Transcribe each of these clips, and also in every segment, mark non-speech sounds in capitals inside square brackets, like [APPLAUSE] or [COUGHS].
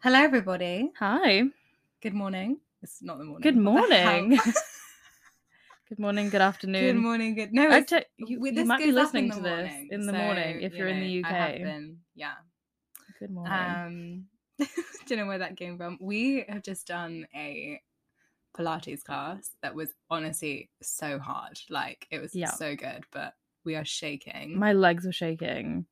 Hello, everybody. Hi. Good morning. It's not the morning. Good What the hell? morning. Good morning. Good good afternoon. morning. Good. No, it's, Actually, you, we- you this might be goes up in listening the to this morning, in the so, morning if you you're in know, the I have UK. been- yeah. Good morning. Um, [LAUGHS] don't know where that came from. We have just done a Pilates class that was honestly so hard. Like it was Yeah. so good, but we are shaking. My legs were shaking.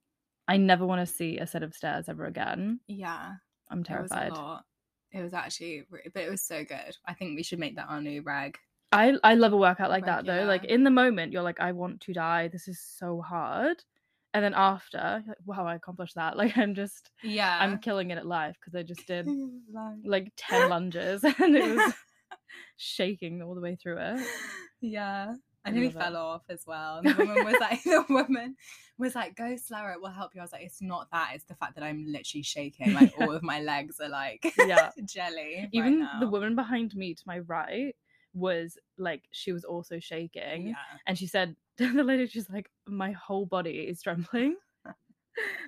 I never want to see a set of stairs ever again. yeah, I'm it terrified. was a lot. It was actually, re- but it was so good. I think we should make that our new rag. I I love a workout like that though. Like Regular. in the moment, you're like, I want to die. This is so hard. And then after, you're like, wow, I accomplished that. [LAUGHS] Like I'm just Yeah, [LAUGHS] I'm killing it at life because I just did Like- like ten lunges [LAUGHS] and [LAUGHS] it was shaking all the way through it. yeah. I And then we love it. fell off as [LAUGHS] well. And the woman was like, [LAUGHS] the woman was like, go slower, it will help you. I was like, it's not that, it's the fact that I'm literally shaking. Like Yeah. all of [LAUGHS] my legs are like [LAUGHS] Yeah. jelly. right Even the now. woman behind me to my right was like she was also shaking. Yeah. And she said [LAUGHS] the lady, she's like, My whole body is [LAUGHS] trembling.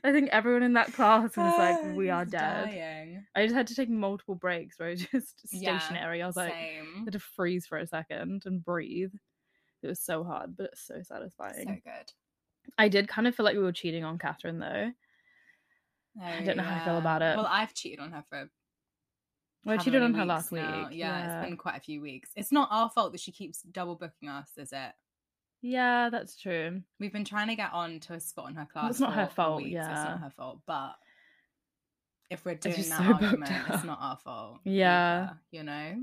I think everyone in that class was like, We are He's dead. Dying. I just had to take multiple breaks where I [LAUGHS] was just Yeah, stationary. I was like, I Same. had to freeze for a second and breathe. It was so hard, but it's so satisfying. So good. I did kind of feel like we were cheating on Catherine though. I don't know how I feel Oh, yeah. about it. Well, I've cheated on her for. Well, I how cheated on many her weeks last week. now? Yeah, yeah. it's been quite a few weeks. It's not our fault that she keeps double booking us, is it? Yeah, that's true. We've been trying to get on to a spot in her class. it's not her for fault, Weeks. It's yeah. not her fault. But if we're doing just that so booked argument, out. it's not our fault. [LAUGHS] Yeah. either, you know.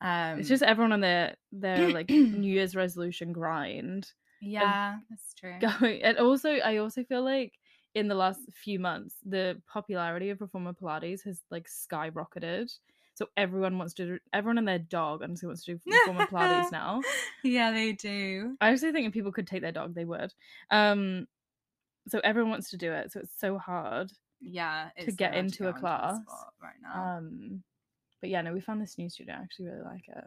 Um, it's just everyone on their their like [CLEARS THROAT] New Year's resolution grind. [LAUGHS] yeah, that's true. going and also i also feel like in the last few months the popularity of performer pilates has like skyrocketed so everyone wants to do everyone and their dog honestly wants to do performer [LAUGHS] pilates now [LAUGHS] Yeah, they do. i actually think if people could take their dog they would um so everyone wants to do it so it's so hard Yeah, To it's so get hard into a onto the class, spot right now. um but yeah no we found this new studio i actually really like it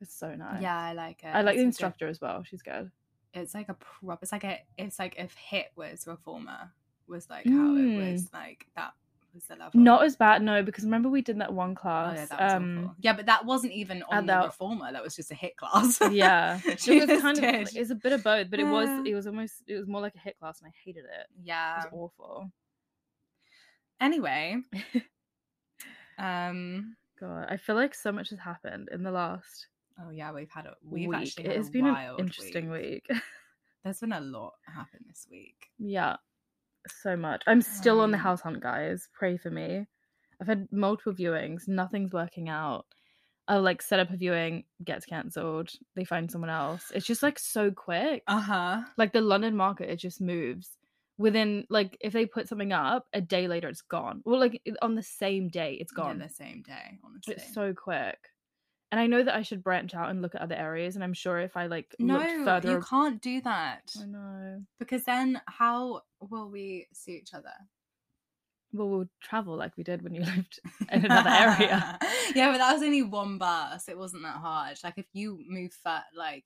it's so nice yeah, I like it. Oh i like the It's like a- instructor as well she's good it's like a prop. It's like a. It's like if hit was reformer was like how it was like that was the level. Mm. not as bad no because remember we did that one Oh, class yeah, that was um awful. Yeah, but that wasn't even on that- the reformer. That was just a hit class. [LAUGHS] [LAUGHS] yeah she it was just kind of did. like, it's a bit of both but it was Uh. it was almost it was more like a hit class and i hated it it yeah. was awful [LAUGHS] Anyway, um, god i feel like so much has happened in the last oh yeah, we've had a we've week actually had it has a been an wild interesting week, [LAUGHS] There's been a lot happen this week. yeah so much i'm still on the Um. house hunt guys pray for me i've had multiple viewings nothing's working out I'll like set up a viewing, gets cancelled. They find someone else. It's just like so quick. Uh huh. like the London market, it just moves within like if they put something up a day later, it's gone. Well, like i- on the same day, it's gone. the same day. Honestly, it's so quick. And I know that I should branch out and look at other areas. And I'm sure if I like looked no, further, you can't do that I know. because then how will we see each other Well, we'll travel like we did when you [LAUGHS] lived in [LAUGHS] another area. yeah, but that was only one bus. It wasn't that hard. Like if you move fat, like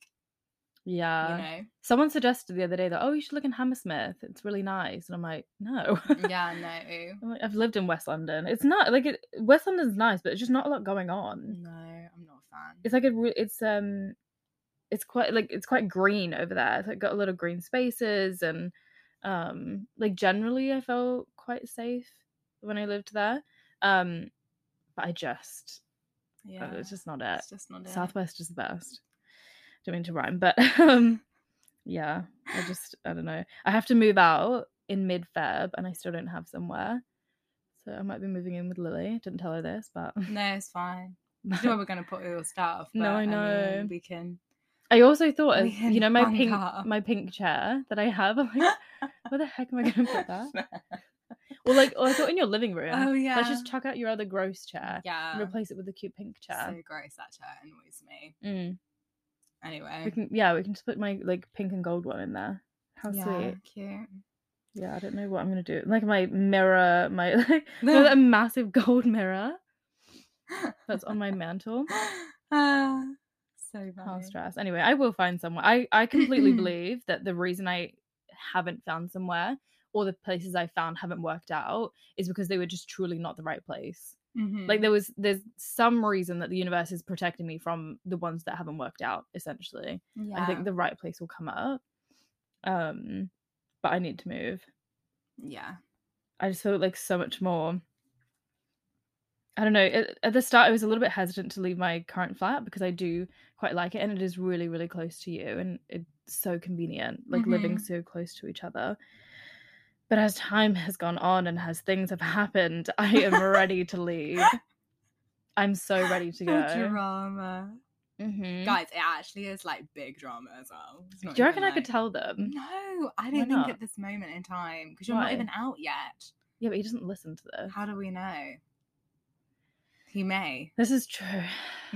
Yeah. Uh, [LAUGHS] Someone suggested the other day that oh, you should look in Hammersmith. It's really nice. And I'm like, no. you know, yeah, no. [LAUGHS] I'm like, I've lived in West London. It's not like it, West London's nice, but it's just not a lot going on. No, I'm not a fan. it's like a re- it's um it's quite like it's quite green over there it's like got a lot of green spaces and um like generally i felt quite safe when i lived there um but i just uh, yeah, it's just not it it's just not it. southwest is the best don't mean to rhyme but [LAUGHS] um yeah i just i don't know i have to move out in mid feb and i still don't have somewhere so i might be moving in with lily didn't tell her this but [LAUGHS] No, it's fine. You know we're gonna put all your stuff. No, but, I mean, know. we [LAUGHS] can. I also thought, We of, can you know, my bunk pink up. my pink chair that I have. I'm [LAUGHS] like, where the heck am I going to put that? Well, like, oh, I thought in your living room. Oh yeah. Let's just chuck out your other gross chair yeah. and replace it with a cute pink chair. So gross that chair annoys me. Mm. Anyway. We can, yeah, we can just put my like pink and gold one in there. How yeah, sweet. cute. [LAUGHS] Yeah, I don't know what I'm gonna do. Like my mirror, [LAUGHS] my [LAUGHS] like No. a massive gold mirror that's on my mantle. Ah, so How funny. stressed. Anyway, I will find somewhere. I, I completely believe that the reason I haven't found somewhere or the places I found haven't worked out is because they were just truly not the right place. Mhm. Like there was there's some reason that the universe is protecting me from the ones that haven't worked out, essentially. yeah. I think the right place will come up. Um but I need to move. yeah. I just felt like so much more. I don't know. At, at the start, I was a little bit hesitant to leave my current flat because I do quite like it, and it is really, really close to you, and it's so convenient, like living Mhm. so close to each other. But as time has gone on and as things have happened, I am ready [LAUGHS] to leave. I'm so ready The to [LAUGHS] go. Drama. Mhm. Guys, it actually is like big drama as well. It's Do not you even, reckon I could like- tell them? No, I Why don't think not? at this moment in time because you're Why? not even out yet. Yeah, but he doesn't listen to this. How do we know? He may. This is true.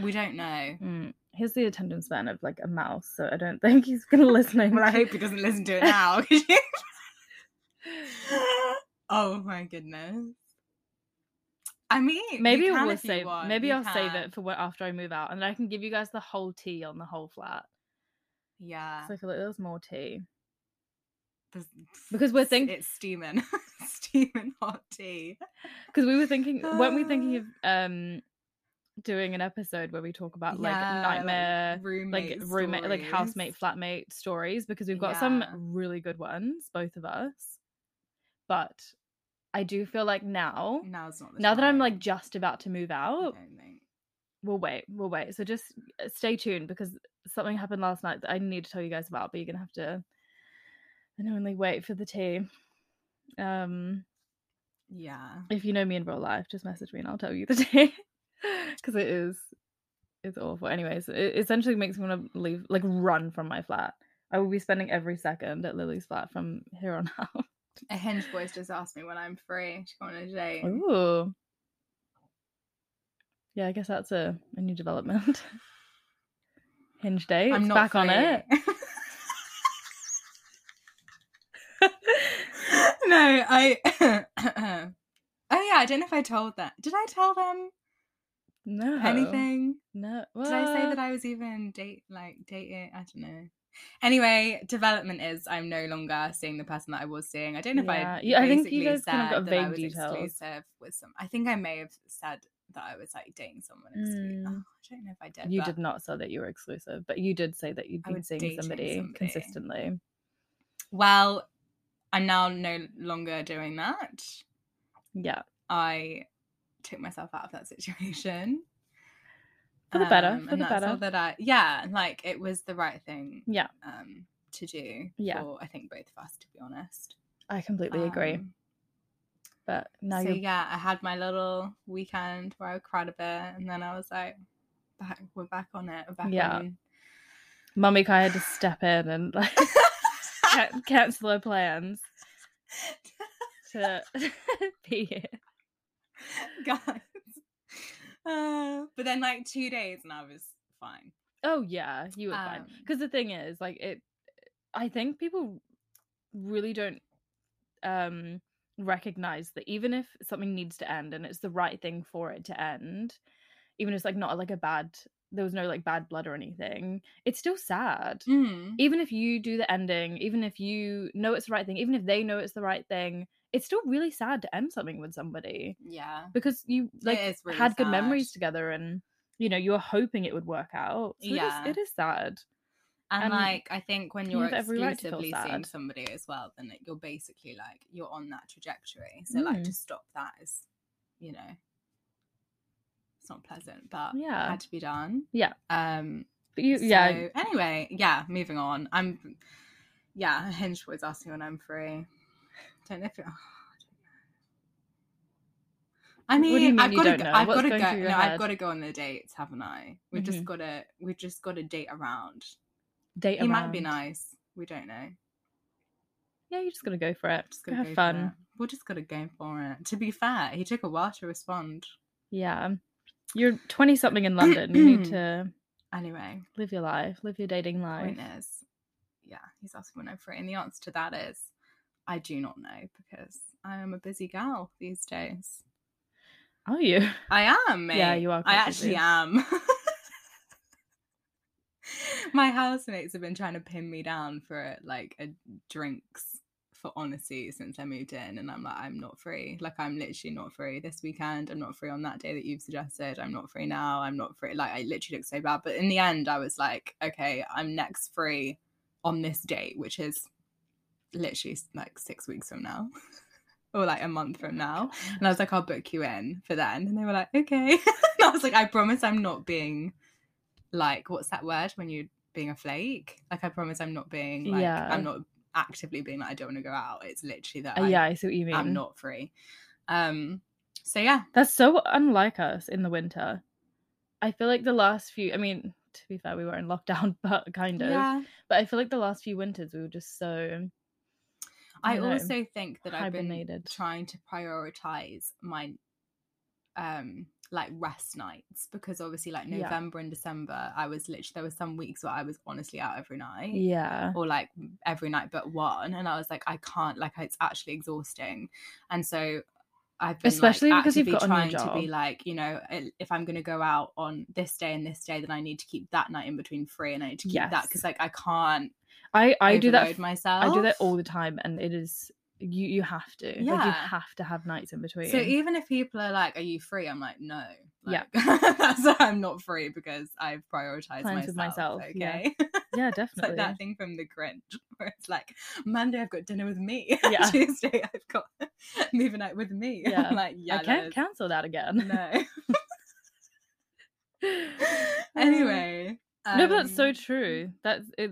We don't [LAUGHS] know. Mm. He has the attention span of like a mouse, so I don't think he's gonna [LAUGHS] listen. Well, I hope he doesn't listen to it now. [LAUGHS] oh my goodness. I mean, [LAUGHS] you Maybe can we'll if you save. want, Maybe you I'll save can. it for when, after I move out, and I can give you guys the whole tea on the whole flat. Yeah. So I feel like there's more tea. There's- Because we're it's- think- it's steaming, [LAUGHS] steaming hot tea. Because we were thinking, weren't we thinking Uh. of um doing an episode where we talk about Uh, like Yeah, nightmare, like roommate, roommate, like housemate, stories. flatmate stories? Because we've got some Yeah. really good ones, both of us. But I do feel like now, Now's not the now that I'm time. like just about to move I out, don't think. we'll wait we'll wait so just uh, stay tuned because something happened last night that i need to tell you guys about but you're gonna have to unknowingly wait for the tea um Yeah. if you know me in real life just message me and i'll tell you the [LAUGHS] tea because it is it's awful anyways it essentially makes me want to leave like run from my flat i will be spending every second at lily's flat from here on [LAUGHS] out A hinge voice just asked me when I'm free to go on a date. Ooh. Yeah, I guess that's a, a new development. [LAUGHS] Hinge date. I'm it's not back on it. free. [LAUGHS] no, I. [COUGHS] oh yeah, I don't know if I told that. Did I tell them No. anything? No. Did I say that Uh-huh. what? I was even date like dating? I don't know. Anyway, development is I'm no longer seeing the person that I was seeing. I don't know if Yeah. I. You- I think basically you guys kind of said got that I vague was details. Exclusive with some. I think I may have said that I was like dating someone. exclu- Mm. Oh, I don't know if I did. You but did not say that you were exclusive, but you did say that you'd I been was seeing dating somebody, somebody. consistently. Well, I'm now no longer doing that. Yeah. I took myself out of that situation. Um, For the better, for and the that's all better. that I, yeah, and, like it was the right thing. Yeah. Um, to do. Yeah. For I think both of us, to be honest. I completely agree. Um, But now so you're yeah, I had my little weekend where I cried a bit, and then I was like, back, we're back on it. We're back Yeah. on. [LAUGHS] Mummy Kai had to step in and like can- cancel [LAUGHS] her plans to [LAUGHS] be here. guys. Uh, but then like two days, and I was fine. Oh yeah, you were fine. Um, Because the thing is, like it, I think people really don't um recognize that even if something needs to end and it's the right thing for it to end, even if it's like not like a bad, there was no like bad blood or anything, it's still sad. Mm. Even if you do the ending, even if you know it's the right thing, even if they know it's the right thing, it's still really sad to end something with somebody Yeah. because you like it is really had good sad. memories together and you know you were hoping it would work out so Yeah. it, is, it is sad And, And like, I think when you you're have every right to feel exclusively seeing sad. somebody as well, then like, you're basically like you're on that trajectory. So like Mm. to stop that is, you know, it's not pleasant, but Yeah. it had to be done. Yeah. Um. but you yeah yeah. Anyway, yeah. Moving on. I'm. Yeah, Hinge was asking when I'm free. [SIGHS] Don't know if. It, oh, [SIGHS] I don't know. I mean, What do you mean I've you got to don't go. know? I've What's got to go. going No, through your I've head? got to go on the dates, haven't I? We've Mhm. just got to. We've just got to date around. date He might be around. nice. We don't know. yeah you just gotta go for it Just go gotta have go fun For it. We're just gonna go for it. To be fair, he took a while to respond. yeah you're 20 something in london you need [CLEARS THROAT] to Anyway, live your life live your dating life point is, yeah, he's asking when I'm free, and the answer to that is, I do not know because I am a busy gal these days. are you [LAUGHS] I am, mate. Yeah, you are I quite actually busy. am. [LAUGHS] My housemates have been trying to pin me down for like a drinks for honestly since I moved in, and I'm like, I'm not free. Like, I'm literally not free this weekend. I'm not free on that day that you've suggested. I'm not free now. I'm not free. Like, I literally look so bad. But in the end, I was like, okay, I'm next free on this date, which is literally like six weeks from now. [LAUGHS] Or like a month from now. And I was like, I'll book you in for then. And they were like, okay. [LAUGHS] and I was like, I promise I'm not being like, what's that word when you're being a flake? Like, I promise I'm not being like, Yeah. I'm not actively being like, I don't want to go out. It's literally that Uh, I, yeah, I see what you mean. am not free. Um, so yeah, That's so unlike us in the winter. I feel like the last few, I mean, to be fair, we were in lockdown, [LAUGHS] but kind of. yeah. But I feel like the last few winters we were just so I I know. also think that I've been hibernated. trying to prioritize my um like rest nights because obviously like Yeah. November and December I was literally there were some weeks where I was honestly out every night yeah. or like every night but one and I was like I can't like it's actually exhausting and so I've been Especially like, because you've actively got a new trying to be job. like you know i- if I'm going to go out on this day and this day then I need to keep that night in between free and I need to keep that Yes. because like I can't I I do that. overload f- myself I do that all the time, and it is you. You have to. Like, you Yeah. have to have nights in between. So even if people are like, "Are you free?" I'm like, "No." Yeah. Like, [LAUGHS] that's I'm not free because I've prioritized Plans with myself. myself, yeah. Okay. [LAUGHS] yeah, it's like definitely. that thing from The Grinch, [LAUGHS] where it's like, Monday I've got dinner with me. [LAUGHS] Yeah. Tuesday I've got [LAUGHS] movie night with me. [LAUGHS] Yeah. I'm like, yeah, I can't [LAUGHS] that is- cancel that again. no. [LAUGHS] anyway. [LAUGHS] no, but that's so um, true. That's it.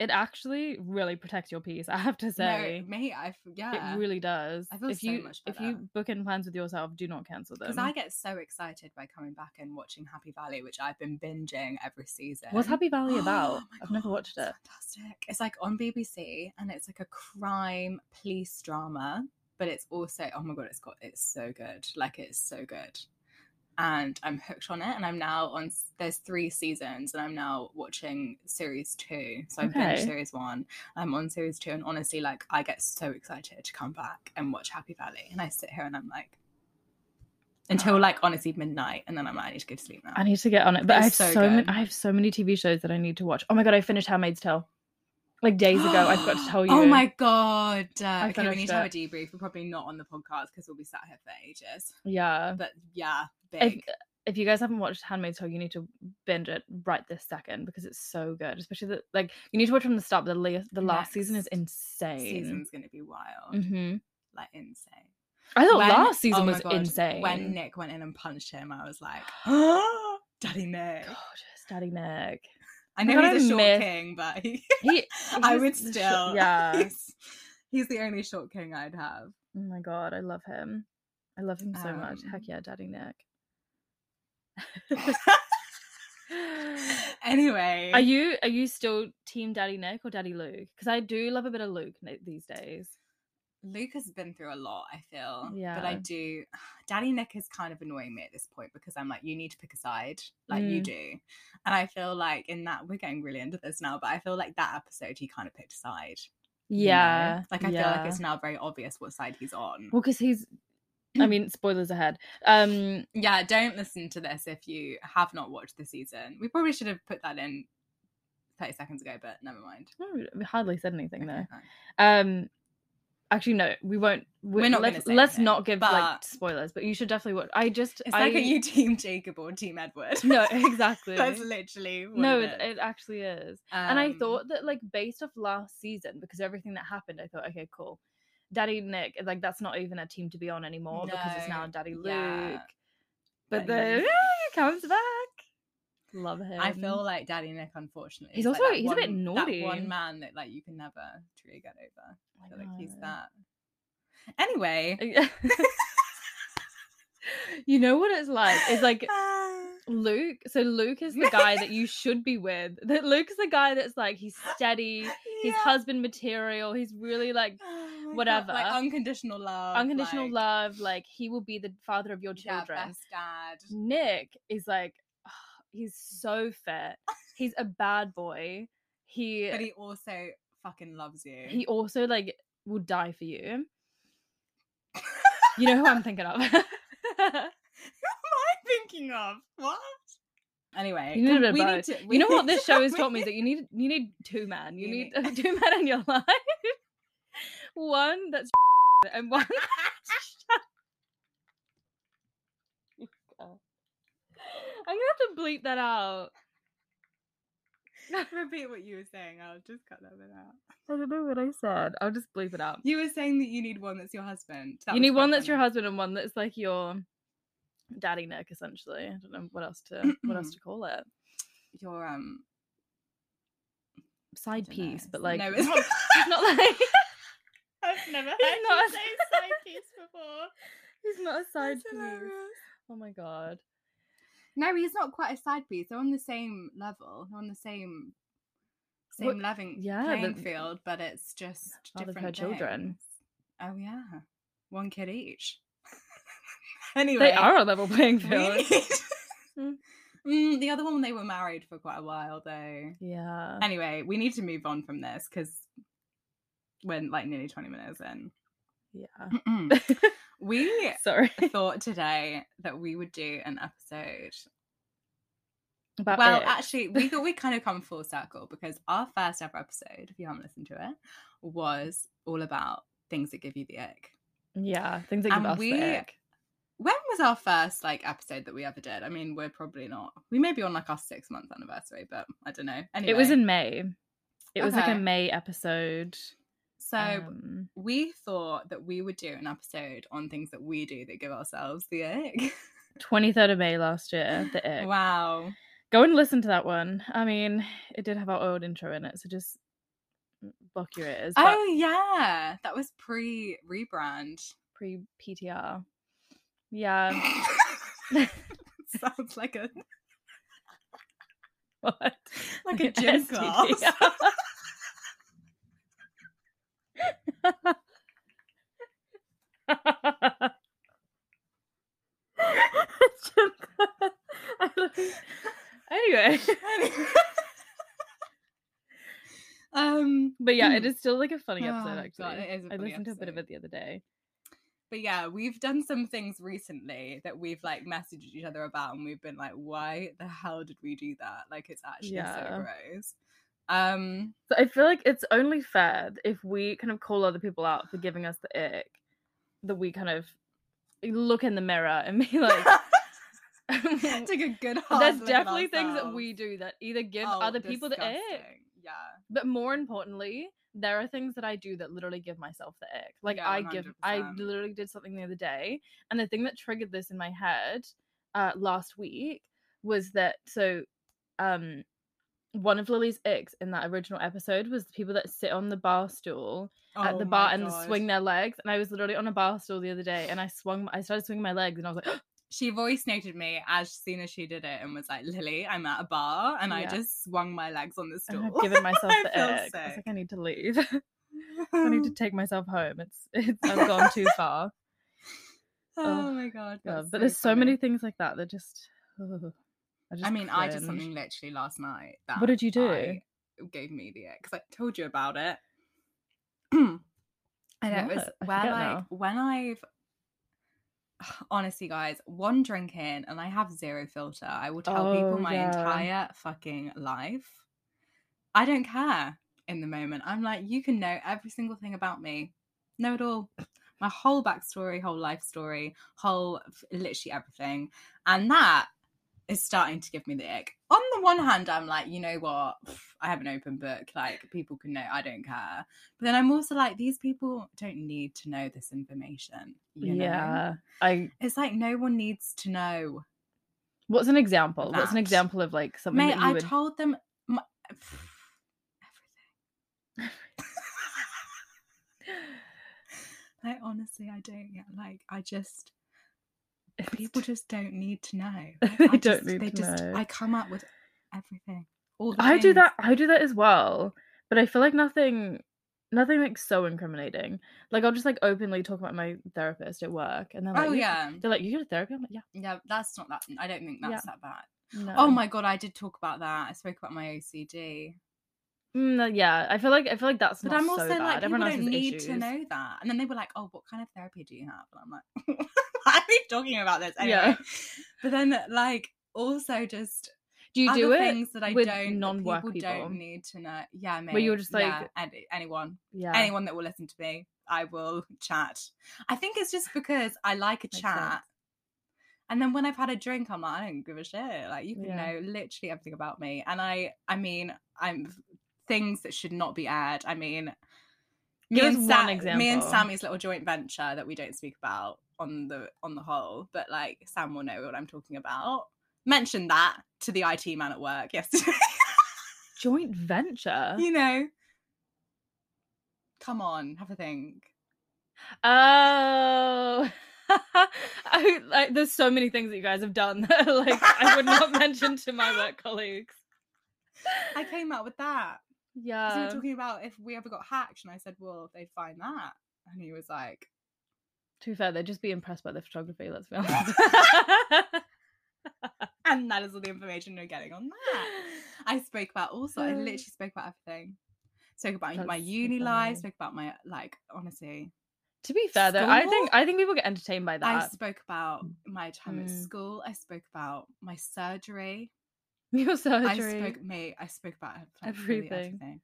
It actually really protects your peace. [LAUGHS] I have to No, say, me, I f- yeah. it really does. I feel if so you much if better. you book in plans with yourself, do not cancel them. because I get so excited by coming back and watching Happy Valley, which I've been binging every season. What's Happy [GASPS] Valley Oh about? my I've never God, watched it's it. Fantastic. It's like on BBC and it's like a crime police drama, but it's also oh my god, it's got it's so good. Like it's so good. And I'm hooked on it and I'm now on s- there's three seasons and I'm now watching series 2. So I have Okay. binged series 1. I'm on series 2 and honestly like I get so excited to come back and watch Happy Valley and I sit here and I'm like Ah. until like honestly midnight and then I'm like I need to go to sleep now. I need to get on it. But I have It's so, so many, good. I have so many TV shows that I need to watch. Oh my god, I finished Handmaid's Tale. Like days ago, I [GASPS] forgot to tell you. Oh my god! Uh, okay, we finished need to have a it. debrief. We're probably not on the podcast because we'll be sat here for ages. Yeah. But yeah, If, big. if you guys haven't watched Handmaid's Tale, you need to binge it right this second because it's so good. Especially the like you need to watch from the start. The la- the last season is Next insane. Season's gonna be wild, hmm like insane. I thought When- last season oh my was God, insane. When [GASPS] Nick went in and punched him, I was like, oh, Daddy Nick. Gorgeous, Daddy Nick. I know God, he's I a short miss- king, but [LAUGHS] he, He, I he's would the sh- still. [LAUGHS] yeah. He's, he's the only short king I'd [LAUGHS] have. [LAUGHS] Oh my god, I love him. I love him so much. Heck Um, yeah, Daddy Nick. anyway, Are you are you still team Daddy Nick or Daddy Luke? Because I do love a bit of Luke n- these days. Luke has been through a lot, I feel. But I Yeah. do. [SIGHS] Daddy Nick is kind of annoying me at this point because I'm like, you need to pick a side, like you Mm. do. And I feel like in that, we're getting really into this now, but I feel like that episode, he kind of picked a side. you know? Yeah, Like, I feel yeah. like it's now very obvious what side he's on. well because he's. [CLEARS THROAT] I mean, spoilers ahead. Um, yeah, don't listen to this if you have not watched the season. We probably should have put that in 30 seconds ago, but never mind. oh, we hardly said anything Okay, there. fine. Um, actually, no, we won't. We, We're not gonna Let's, say let's anything, not give but- like spoilers, but you should definitely watch. I just. It's I, like, are you [LAUGHS] team Jacob or team Edward? [LAUGHS] [LAUGHS] No, [LAUGHS] exactly. That's literally what no, it it, is. it actually is. and I Um, thought that like based off last season, because everything that happened, I thought, okay, cool. Daddy Nick, like that's not even a team to be on anymore because it's now No, Daddy Luke. yeah. But But [LAUGHS] then no. ah, he comes back. Love him. I feel like Daddy Nick, unfortunately, He's is like also- that he's a bit one- naughty. That one man that like you can never truly get over. I I feel like he's know. that. Anyway, [LAUGHS] you know what it's like? It's like Ah. Luke. So Luke is the guy that you should be with. [LAUGHS] That Luke's the guy that's like he's steady, he's Yeah. husband material, he's really like Oh my God, whatever. like unconditional love, unconditional Oh, like, love like he will be the father of your yeah, children best dad. nick is like [SIGHS] "Ah, he's so fit he's a bad boy he But he also fucking loves you. he also like will die for you you know who i'm [LAUGHS] thinking [LAUGHS] of [LAUGHS] Who am I thinking of? What? Anyway, You come- need a bit of we both. need to. you we know what need [LAUGHS] this to- [LAUGHS] show has we taught me is that you need you need [LAUGHS] two men you You need need- two men in your life one that's [LAUGHS] and one. I'm gonna have to bleep that out. [LAUGHS] Repeat what you were saying. I'll just cut that bit out. I don't know what I said. I'll just bleep it out. You were saying that you need one that's your husband. That you was need quite one that's your funny. husband and one that's like your daddy neck, essentially. I don't know what else to what [CLEARS THROAT] else to call it. Your um Side dunno, piece, but it's- like no, [LAUGHS] it's it's not, it's not like [LAUGHS] I've never heard It's not a- [LAUGHS] side piece before. he's not a side That's piece. hilarious. [LAUGHS] Oh my god. No, he's not quite a side piece. They're on the same level. They're on the same same What- loving yeah, playing but- field, but it's just Oh, they've different had children. things. Oh yeah, one kid each. [LAUGHS] anyway, They are a level [LAUGHS] [LAUGHS] playing we field. Hmm. need- [LAUGHS] Mm, the other one they were married for quite a while though. Yeah. [LAUGHS] Anyway, we need to move on from this because we're like nearly twenty minutes in. Yeah. [LAUGHS] [LAUGHS] we Sorry. thought today that we would do an episode About well, it. actually, we thought we [LAUGHS] kind of come full circle because our first ever episode, if you haven't listened to it, was all about things that give you the ick. yeah, things like and us um, we- the ick. When was our first like episode that we ever did? I mean, we're probably not. We may be on like our six month anniversary, but I don't know. Anyway, It was in May. It was like a Okay. May episode. so um, we thought that we would do an episode on things that we do that give ourselves the ick. 23rd of May last year, [LAUGHS] [SIGHS] the ick. wow. Go and listen to that one. I mean, it did have our old intro in it, so just mm, block your ears. But Oh yeah, that was pre rebrand. pre PTR. Yeah. [LAUGHS] Sounds like a [LAUGHS] What? like a gym STDR. [LAUGHS] class. Gym class. [LAUGHS] I love it. anyway. [LAUGHS] um But yeah, it is still like a funny episode, Oh, actually. God, it is a I funny listened to a bit episode. of it the other day. but yeah we've done some things recently that we've like messaged each other about and we've been like why the hell did we do that like it's actually Yeah. so gross um So I feel like it's only fair that if we kind of call other people out for giving us the ick, that we kind of look in the mirror and be [LAUGHS] like, [LAUGHS] there's take a good hard look at definitely things that ourselves. we do that either give Oh, other people the ick, disgusting. yeah but more importantly, there are things that I do that literally give myself the ick. Like Yeah, I give, I 100%. literally did something the other day, and the thing that triggered this in my head uh, last week was that so, um, one of Lily's icks in that original episode was the people that sit on the bar stool at Oh the my bar and God. swing their legs. And I was literally on a bar stool the other day, and I swung, I started swinging my legs, and I was like, [GASPS] she voice noted me as soon as she did it and was like lily i'm at a bar and i Yeah. just swung my legs on the and stool I've given [LAUGHS] myself I the feel ick. I was sick. like, I need to leave. [LAUGHS] I need [LAUGHS] to Um, take myself home. It's, [LAUGHS] it's I've gone too far. Oh Oh, my god! Yeah, that's but there's so funny. many things like that that just. ugh, I mean, I did cringe. something literally last night. That What did you do? I- gave me the ick because I told you about it. [CLEARS THROAT] and it was What? I where forget like now. when I've [SIGHS] honestly, guys, one drink in and I have zero filter. I will tell Oh, people my yeah. entire fucking life. I don't care in the moment. I'm like, you can know every single thing about me. Know it all. My whole backstory, whole life story, whole f- literally everything. And that is starting to give me the ick. On the one hand, I'm like, you know what? Pff, I have an open book. Like, people can know. I don't care. But then I'm also like, these people don't need to know this information. You know? yeah. I. It's like no one needs to know. What's an example? What's an That. example of like something Mate, that you I would? [GASPS] told them my, pff, [LAUGHS] everything. Like, honestly, [LAUGHS] I don't get like, I just, people just don't need to [LAUGHS] know. Like, They I don't just- need they to just, know. I come up with everything. All the I things. do that. I do that as well, but I feel like nothing, nothing like so incriminating. Like I'll just like openly talk about my therapist at work, and they're like, Oh, "You- yeah. They're like, you go to therapy? I'm like, yeah. Yeah, that's not that. I don't think Yeah. Um that's that bad. No. Oh my god, I did talk about that. I spoke about my OCD, Mm, no, yeah, I feel like I feel like that's but not I'm so also bad. like, people Everyone else don't has need issues. to know that. And then they were like, "Oh, what kind of therapy do you have?" And I'm [LAUGHS] like, "Why are we talking about this?" Anyway. Yeah. But then, like, also just Do you Other do it? things that I with don't non-work non-work people, people? don't need to know. Yeah, me. Where you're just like- Yeah, and anyone, Yeah. anyone that will listen to me, I will [LAUGHS] chat. I think it's just because I like a Makes chat. sense. And then when I've had a drink, I'm like, I don't give a shit. Like you can Yeah. know literally everything about me. And I, I mean, I'm things that should not be aired. I mean, me Give us and, one Sa- me and example. Sammy's little joint venture that we don't speak about on the on the whole, but like Sam will know what I'm talking about. Mentioned that to the IT man at work yesterday. [LAUGHS] Joint venture. you know, come on, have a think. Oh. [LAUGHS] I, like, there's so many things that you guys have done that [LAUGHS] like I [LAUGHS] would not mention to my work colleagues. I came up with that. 'Cause we Yeah. were talking about if we ever got hacked, and I said, well, they'd find that. And he was like, To be fair, they'd just be impressed by the photography. Let's be honest. [LAUGHS] [LAUGHS] and that is all the information you're getting on that. [LAUGHS] I spoke about also, I Uh, literally spoke about everything. Spoke about my that's so uni life, funny. spoke about my, like, honestly, to be fair, though, I think School? I think people get entertained by I [LAUGHS] that. spoke about my time at Mm. school. I spoke about my surgery. Your surgery. I spoke, mate, I spoke about like, really Everything. everything.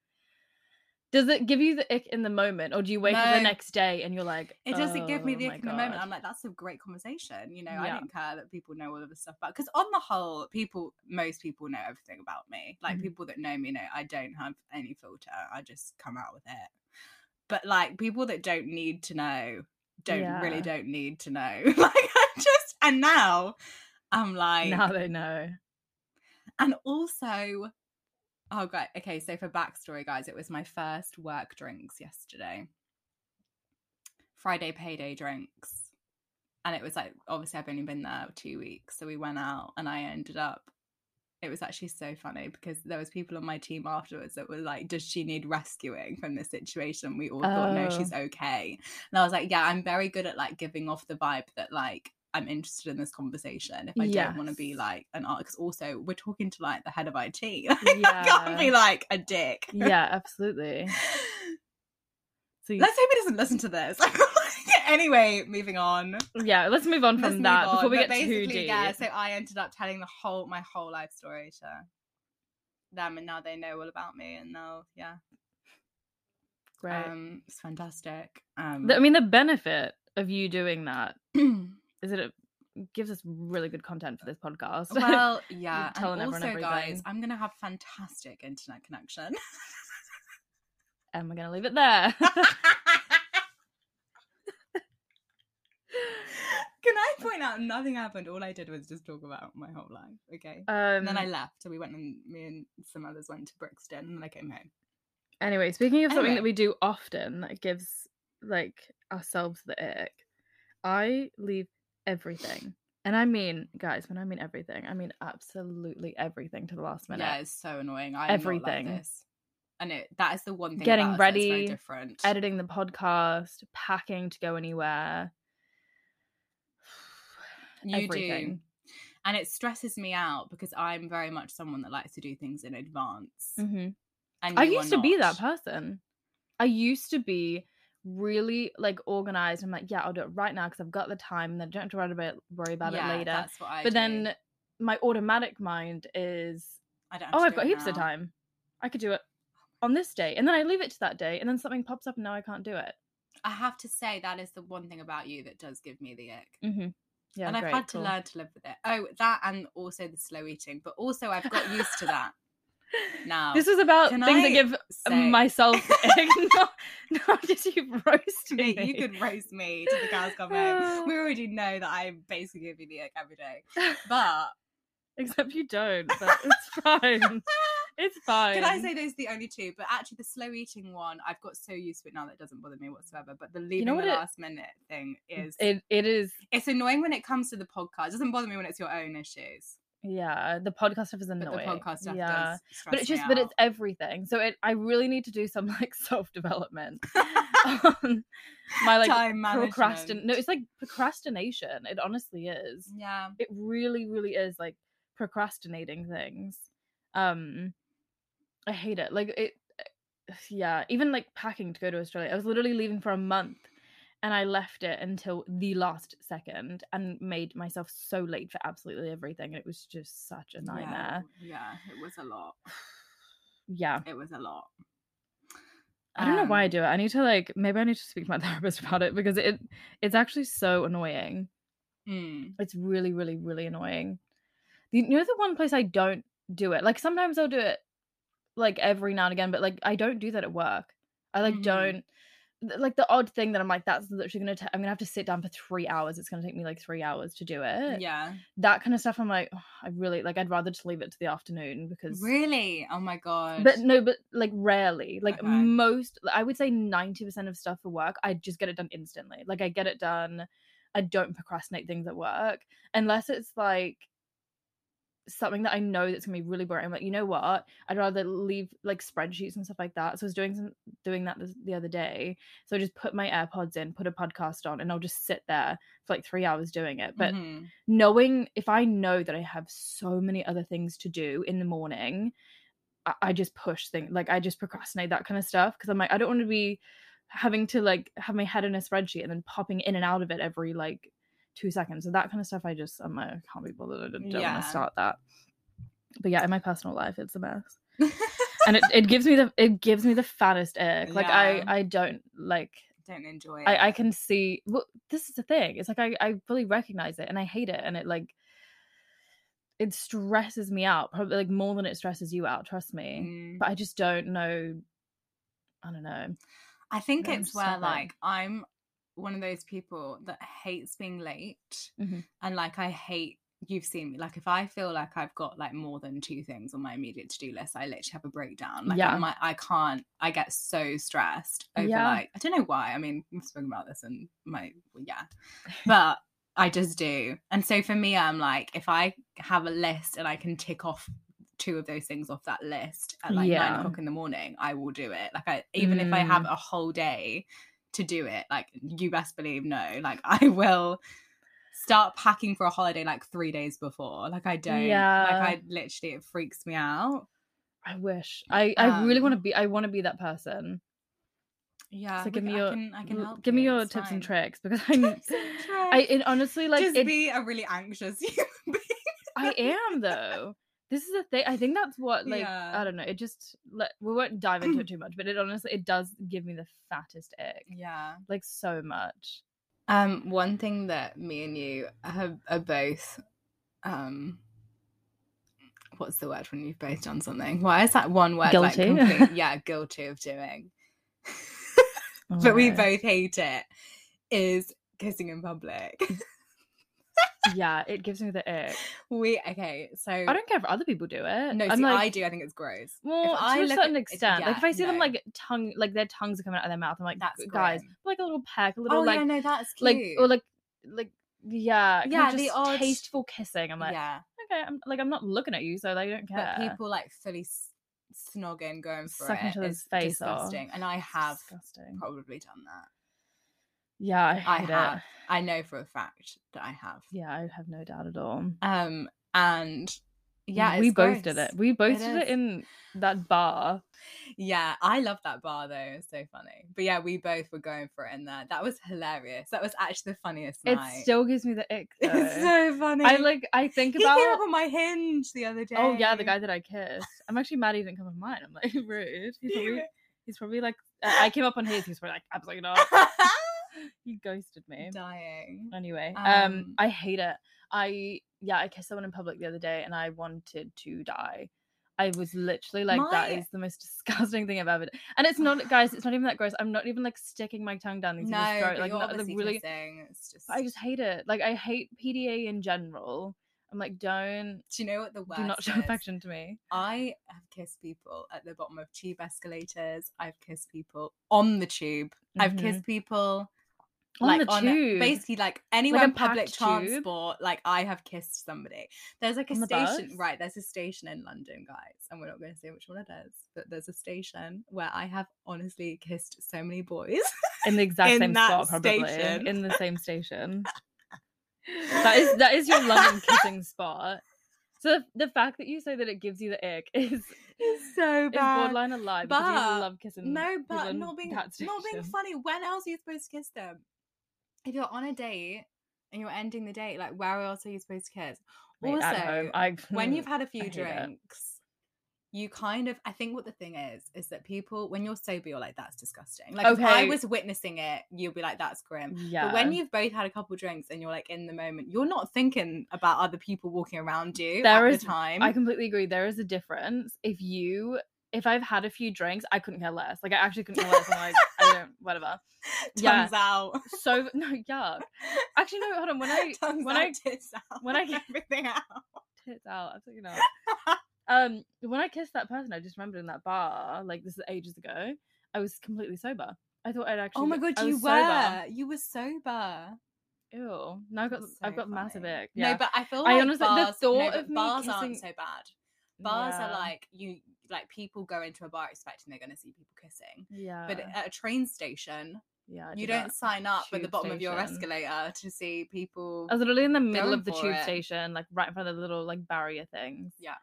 Does it give you the ick in the moment, or do you wake up the No. next day and you're like, It doesn't give me "Oh the my ick in the moment. God." I'm like, that's a great conversation. You know, I Yeah. don't care that people know all of this stuff about because on the whole, people, most people know everything about me. Like Mhm. people that know me know I don't have any filter. I just come out with it. But like people that don't need to know, don't Yeah. really don't need to know. [LAUGHS] like I just and now I'm like now they know. and also oh great. Okay, so for backstory guys, it was my first work drinks yesterday. Friday payday drinks. And it was like obviously I've only been there two weeks. So we went out and I ended up it was actually so funny because there was people on my team afterwards that were like, Does she need rescuing from this situation? We all thought no, Oh. she's okay. And I was like, Yeah, I'm very good at like giving off the vibe that like I'm interested in this conversation. If I don't want to be Yes. like an art, because also we're talking to [LAUGHS] like the head of IT. I can't be Yeah. like a dick. [LAUGHS] Yeah, absolutely. So you- Let's hope he doesn't listen to this. [LAUGHS] anyway, moving on. yeah, let's move on Let's from move that on. before we But get too basically, deep. Yeah, so I ended up telling the whole my whole life story to them, and now they know all about me. And now, yeah, Great. um, it's fantastic. Um, The- I mean, the benefit of you doing that is that it gives us really good content for this podcast. [CLEARS THROAT] well, yeah, telling and everyone also, guys, everything. I'm gonna have fantastic internet connection. [LAUGHS] and we're gonna leave it there. [LAUGHS] Can I point out nothing happened? All I did was just talk about my whole life. Okay. Um, [LAUGHS] and then I left. So we went and me and some others went to Brixton and then I came home. Anyway, speaking of something that Anyway. we do often that gives like ourselves the ick, I leave everything. And I mean, guys, when I mean everything, I mean absolutely everything to the last minute. Yeah, it's so annoying. I everything. Everything. Not like this. And it that is the one thing Getting about us that's ready, very different. Editing the podcast, packing to go anywhere. [SIGHS] you do. everything. And it stresses me out because I'm very much someone that likes to do things in advance. hmm And I you are used to be that not. person. I used to be really like organized. I'm like, yeah, I'll do it right now because I've got the time and then I don't have to worry about it, worry about Yeah, it later. That's what I But do. then my automatic mind is I don't have oh, to I've do got it heaps of now. time. I could do it on this day. And then I leave it to that day, and then something pops up, and now I can't do it. I have to say that is the one thing about you that does give me the ick. Mm-hmm. Yeah, and I've great, had cool. to learn to live with it. Oh, that and also the slow eating, but also I've got used to [LAUGHS] that. now. [LAUGHS] This is about Can things I that give Say, [LAUGHS] myself [LAUGHS] the ick. No, just you roasting me. mate, you could roast me to the cows come home. We already know that I basically give you the ick every [LAUGHS] day, but [LAUGHS] Except you don't, but [LAUGHS] it's fine. It's fine. Can I say those are the only two? But actually, the slow eating one, I've got so used to it now that it doesn't bother me whatsoever. But the leaving know the what it- Mm, last minute thing is It, it is, it's annoying when it comes to the podcast. It doesn't bother me when it's your own issues, yeah. The podcast stuff is but annoying. the podcast stuff yeah. does. Stress but it's me just but out. it's everything so it i really need to do some [LAUGHS] [LAUGHS] like self-development [LAUGHS] on my like time procrastination management. no it's like procrastination it honestly is yeah, it really really is like procrastinating things um i hate uh, [SIGHS] it like it yeah even like packing to go to australia i was literally leaving for a month and I left it until the last second and made myself so late for absolutely everything. It was just such a nightmare. Yeah, yeah, it was a lot. Yeah. It was a lot. I don't know why I Um, do it. I need to like maybe I need to speak to my [LAUGHS] therapist about it because it it's actually so annoying. mm, It's really, really, really annoying. The, you know the one place I don't do it. Like sometimes I'll do it like every now and again, but like I don't do that at work. I like Mhm. don't th- like the odd thing that I'm like that's literally gonna i am I'm gonna have to sit down for three hours. It's gonna take me like three hours to do it. Yeah. That kind of stuff. I'm like "Ugh, I really like. I'd rather just leave it to the afternoon because. Really? Oh my god. But no, but like rarely, like Okay. most, I would say 90% of stuff for work, I just get it done instantly. Like I get it done. I don't procrastinate things at work unless it's like something that I know that's gonna be really boring. I'm like, you know what? I'd rather leave like spreadsheets and stuff like that. So I was doing some doing that this, the other day. So I just put my AirPods in, put a podcast on, and I'll just sit there for like three hours doing it. But Mhm. knowing if I know that I have so many other things to do in the morning, I, I just push things like I just procrastinate that kind of stuff because I'm like I don't want to be having to like have my head in a spreadsheet and then popping in and out of it every like two seconds. So that kind of stuff I just I'm like I can't be bothered. I don't, Yeah. want to start that. But yeah, in my personal life, it's a mess, and it, it gives me the it gives me the fattest ick. Like Yeah. I I don't like [LAUGHS] don't enjoy it. I, I can see well, this is the thing. It's like I, I fully recognize it and I hate it and it like it stresses me out, probably like more than it stresses you out, trust me. Mm. But I just don't know I don't know. I think Don't it's where stop it. like I'm one of those people that hates being late Mhm. and like I hate you've seen me like if I feel like I've got like more than two things on my immediate to-do list I literally have a breakdown like Yeah. I'm like I can't I get so stressed over Yeah. like I don't know why I mean we've spoken about this and my well, yeah but I just do and so for me I'm like if I have a list and I can tick off two of those things off that list at like nine Yeah. o'clock in the morning, I will do it. Like I even if I have a whole day to do it, like you best believe no. Like [LAUGHS] I will start packing for a holiday like three days before. Like I don't Yeah. like I literally it freaks me out. I wish. I, I really Um, want to be I want to be that person. Yeah. So give me I your- can, I can L- help Give me you, your it's tips and fine. tricks [LAUGHS] because I Tips and I tricks. it honestly like just it, be a really anxious [LAUGHS] human being. I am though. This is the thing. I think that's what like Yeah. I don't know. It just let, we won't [CLEARS THROAT] dive into it too much, but it honestly it does give me the fattest ick. Yeah. Like so much. Um, one thing that me and you have are both um what's the word when you've both done something? Why is that one word Guilty? like [LAUGHS] complete, yeah, guilty of doing. but we both hate it is kissing in public. Mm. yeah, it gives me the ick. [LAUGHS] we okay, so I don't care if other people do it. no, I'm see, like, I do, I think it's gross. If Well, to I a look certain at- if- extent, like if yeah, I see them no, like tongue, like their tongues are coming out of their mouth, I'm like, That's "G- guys, grim. like a little peck, a little Oh like, yeah, no, that's cute. like or like, like yeah, kind of Yeah, the just odd- tasteful kissing. I'm like, yeah. okay, I'm like, I'm not looking at you, so like, I don't care. But people like fully s- snogging going for Suck it each other's is face off. disgusting. And I It's have disgusting. probably done that. Yeah, I, I hate have. It. I know for a fact that I have. Yeah, I have no doubt at all. Um, and yeah, Mm, we it's both did gross. it. We both It did is. it in that bar. Yeah, I love that bar though. It's so funny. But yeah, we both were going for it in there. That was hilarious. That was actually the funniest night. It still gives me the ick. Though. [LAUGHS] it's so funny. I like. I think He came about. up on my hinge the other day. Oh yeah, the guy that I kissed. I'm actually mad he didn't come on mine. I'm like [LAUGHS] rude. He's [LAUGHS] probably, he's probably like. I I came up on his. He's probably like [LAUGHS] absolutely not. he ghosted me. Dying. Anyway, um, Um, I hate it. I yeah, I kissed someone in public the other day, and I wanted to die. I was literally like, that My- is the most [LAUGHS] disgusting thing I've ever. done. And it's not, guys. It's not even that gross. I'm not even like sticking my tongue down these people's No, throat. but Like, you're not, like obviously really. kissing. It's just. I just hate it. Like, I hate PDA in general. I'm like, don't Do you know what the worst? do not show is? affection to me. I have kissed people at the bottom of tube escalators. I've kissed people on the tube. I've Mhm. kissed people On like the on a- tube? basically like anywhere on public packed tube? transport. Like I have kissed somebody. There's like a On the station, bus? right? There's a station in London, guys, and we're not going to say which one it is, but there's a station where I have honestly kissed so many boys. [LAUGHS] In the exact In same that spot, probably station. in the same station. that [LAUGHS] is that is your London kissing spot. So the, the fact that you say that it gives you the ick is It's so is bad. borderline a lie because you But- love kissing. No, people but in not being that not being station. funny. When else are you supposed to kiss them? if you're on a date and you're ending the date, like where else are you supposed to kiss? Mate, at home, Also, Mm, I- when [LAUGHS] you've had a few hate it. drinks, you kind of I think what the thing is is that people when you're sober, you're like, that's disgusting. Like if I Okay. was witnessing it, you'll be like, that's grim. yeah, But when you've both had a couple drinks and you're like in the moment, you're not thinking about other people walking around you There at is- the time. [LAUGHS] I completely agree. There is a difference. If you, if I've had a few drinks, I couldn't care less. Like I actually couldn't care less. I'm like, I don't, whatever. yeah. Tongues out. So [LAUGHS] no, yeah. Actually, no. Hold on. When I [LAUGHS] Tongues when out, I tits out, when I- [LAUGHS] everything out. tits out, absolutely not. [LAUGHS] Um, when I kissed that person, I just remembered in that bar, like this is ages ago. I was completely sober. I thought I'd actually. Oh my god, I you was were. You were sober. Ew. Now I've got That's I've so got massive funny. ick. Yeah. No, but I feel I like honestly- the bars, no, thought but of me bars aren't kissing- so bad. Bars are Yeah. like you like people go into a bar expecting they're going to see people kissing. Yeah. But at a train station, yeah. I you did don't that. sign up at the Tube bottom of your station. escalator to see people. I was literally in the middle Going of the for tube it. station, like right in front of the little like barrier things. Yeah.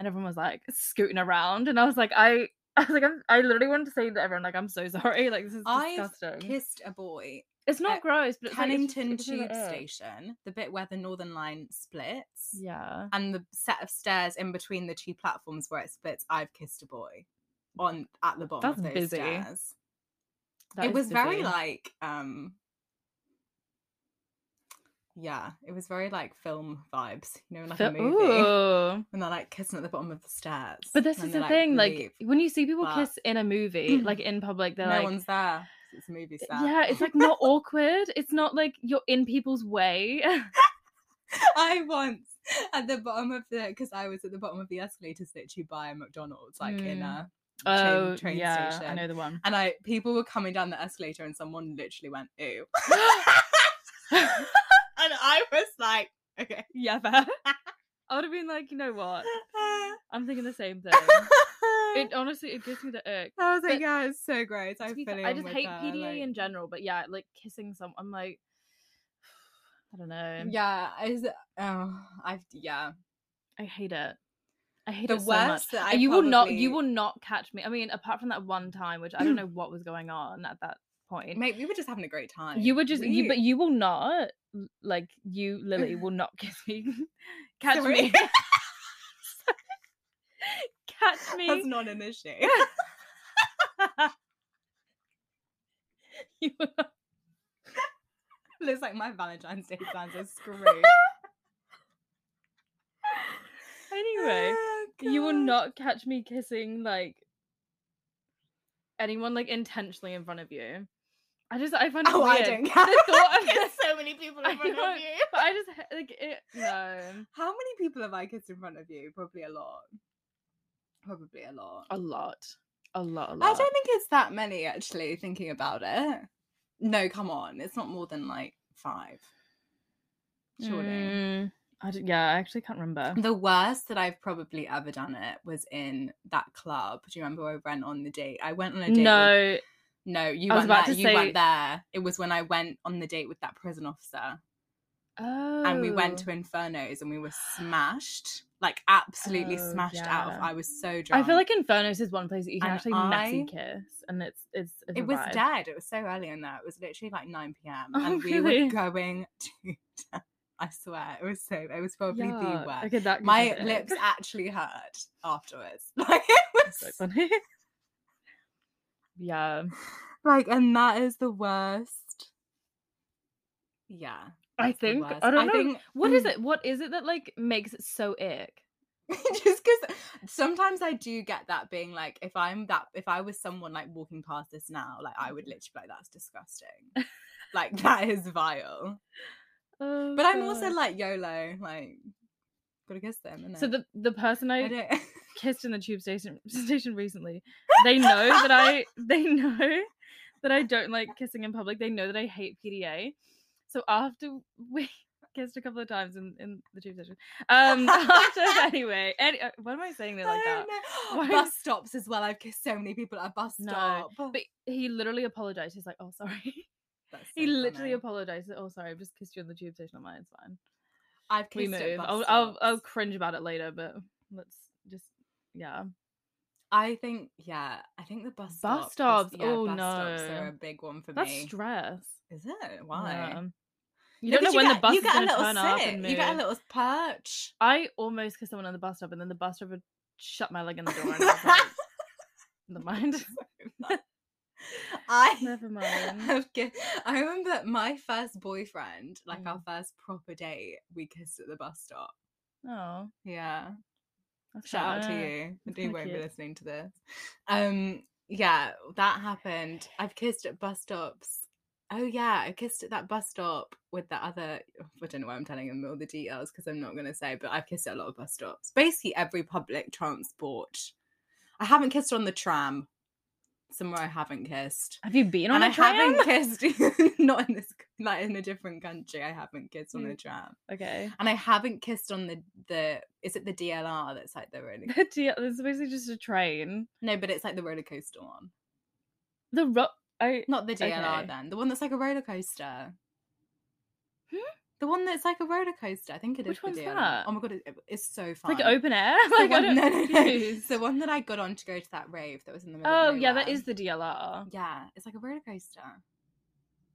And everyone was like scooting around, and I was like, I, [LAUGHS] I was like, I'm, I literally wanted to say to everyone, like, I'm so sorry, like this is I've disgusting. kissed a boy it's not at gross, but it's like, it's just- uh, Kennington it's really Tube ick. Station, the bit where the Northern Line splits, Yeah. and the set of stairs in between the two platforms where it splits. I've kissed a boy on at the bottom of That's those busy. stairs. that it is was very busy. like, um, yeah, it was very like film vibes, you know, like a Fil- movie. Ooh. When they're like kissing at the bottom of the stairs. But this and is they, the thing, leave. like when you see people but- kiss in a movie, [CLEARS THROAT] like in public, no they're like, "Eh, one's there. 'cause It's a movie set. yeah, [LAUGHS] it's like not awkward. It's not like you're in people's way. [LAUGHS] I once at the bottom of the because I was at the bottom of the escalators literally by a McDonald's, like in Mm. a train, oh, train yeah, station. I know the [LAUGHS] one. And I people were coming down the escalator and someone literally went, [GASPS] ew. [LAUGHS] and I was like, okay. [LAUGHS] Yeah, fair. I would have been like, you know what? I'm thinking the same thing. [LAUGHS] It honestly, it gives me the ick. I was like, but- yeah, it's so gross. I To be feel fair, it I on just with hate her, PDA like- in general, but yeah, like kissing someone, I'm like, [SIGHS] I don't know. Yeah, I was, oh, I've yeah. I hate it. I hate The it worst so much. that I And you will not, probably- you will not catch me. I mean, apart from that one time, which I don't know what was going on at that point. Mate, we were just having a great time. You were just, We- you, [LAUGHS] but you will not, l- like, you, Lily, will not [LAUGHS] kiss me. catch Sorry. me. [LAUGHS] [LAUGHS] catch me. [LAUGHS] That's not an issue. [LAUGHS] You will not- Looks like my Valentine's Day plans are screwed. [LAUGHS] anyway, Oh, you will God. not catch me kissing, like, anyone, like, intentionally in front of you. I just, I find [LAUGHS] it Oh, I weird. don't care. [LAUGHS] The thought of There's so many people [LAUGHS] I in front know, of you. But I just ha- like it. No, How many people have I kissed in front of you? Probably a lot. Probably a lot. a lot, a lot, a lot. I don't think it's that many actually, thinking about it. No, come on. It's not more than like five. Surely. Mm, I d- yeah, I actually can't remember. The worst that I've probably ever done it was in that club. Do you remember where I went on the date? I went on a date. with- No, no, you I was went about there. to You say- went there. It was when I went on the date with that prison officer, oh, and we went to Infernos, and we were smashed, like absolutely Oh, smashed out. Of, yeah. I was so drunk. I feel like Infernos is one place that you can And actually messy I- kiss, and it's it's, it's a it was vibe. dead. It was so early in there. It was literally like 9 p.m. Oh, and we really? were going [LAUGHS] to. I swear, it was so. It was probably the Yuck. worst. Okay, that gives me My the ick. [LAUGHS] lips actually hurt afterwards. [LAUGHS] Like it That's so was funny. [LAUGHS] yeah, like, and that is the worst. Yeah, [LAUGHS] I that's the think worst. I don't know think- mm. what is it. What is it that like makes it so ick? just because sometimes I do get that being like, if I'm that, if I was someone like walking past this now, like I would Mm-hmm. literally be like, that's disgusting. like that is vile. Oh, But I'm also God. like YOLO, like gotta kiss them. Innit? so the the person I [LAUGHS] I don't. kissed in the tube station [LAUGHS] station recently. They know [LAUGHS] that I they know that I don't like kissing in public. They know that I hate PDA. So after we [LAUGHS] kissed a couple of times in, in the tube station. [LAUGHS] Um [LAUGHS] after anyway, any, uh, what am I saying there like [LAUGHS] I don't that? know. Why- Bus stops as well. I've kissed so many people at a bus No, stop. But he literally apologized. He's like, "Oh, sorry." [LAUGHS] That's so He funny. literally apologized. "Oh, sorry. I've just kissed you in the tube station. I'm like, it's fine. I've We kissed at move. bus I'll, I'll I'll stops. cringe about it later, but let's just yeah. I think, yeah, I think the bus Bus stop is- stops? Oh, bus stops are no. a big one for That's me. stress. is it? Why? Yeah. You No, don't know but when the get- bus you is get a going to little turn up sit, and move. You get a little perch. I almost kissed someone on the bus stop, and then the bus driver shut my leg in the door. And I [LAUGHS] was like, Never mind. [LAUGHS] I Never mind. [LAUGHS] I've gi- I remember my first boyfriend, like our Mm. first proper date, we kissed at the bus stop. Oh, Yeah. that's Shout out to kinda- you. I [LAUGHS] that's do kinda won't be cute. listening to this. Um yeah, that happened. I've kissed at bus stops. Oh yeah, I kissed at that bus stop with the other I don't know why I'm telling him all the details because I'm not gonna say, but I've kissed at a lot of bus stops. Basically every public transport. I haven't kissed on the tram. Somewhere I haven't kissed. Have you been on and a I tram? [LAUGHS] haven't kissed not in this like in a different country. I haven't kissed on Mm. the tram. Okay. [LAUGHS] And I haven't kissed on the the is it the DLR that's like the really The T- It's basically just a train. No, but it's like the roller coaster one. The ro- I Not the DLR Okay. then. The one that's like a roller coaster. Hmm? The one that's like a roller coaster. I think it is. Which the one's DLR. that? Oh my god, it, it's so it's fun. [LAUGHS] like open air. [LAUGHS] It's the like I one- don't no, no, no. It's confused. the one that I got on to go to that rave that was in the middle. Oh of yeah, that nowhere. is the DLR. Yeah, it's like a roller coaster. Have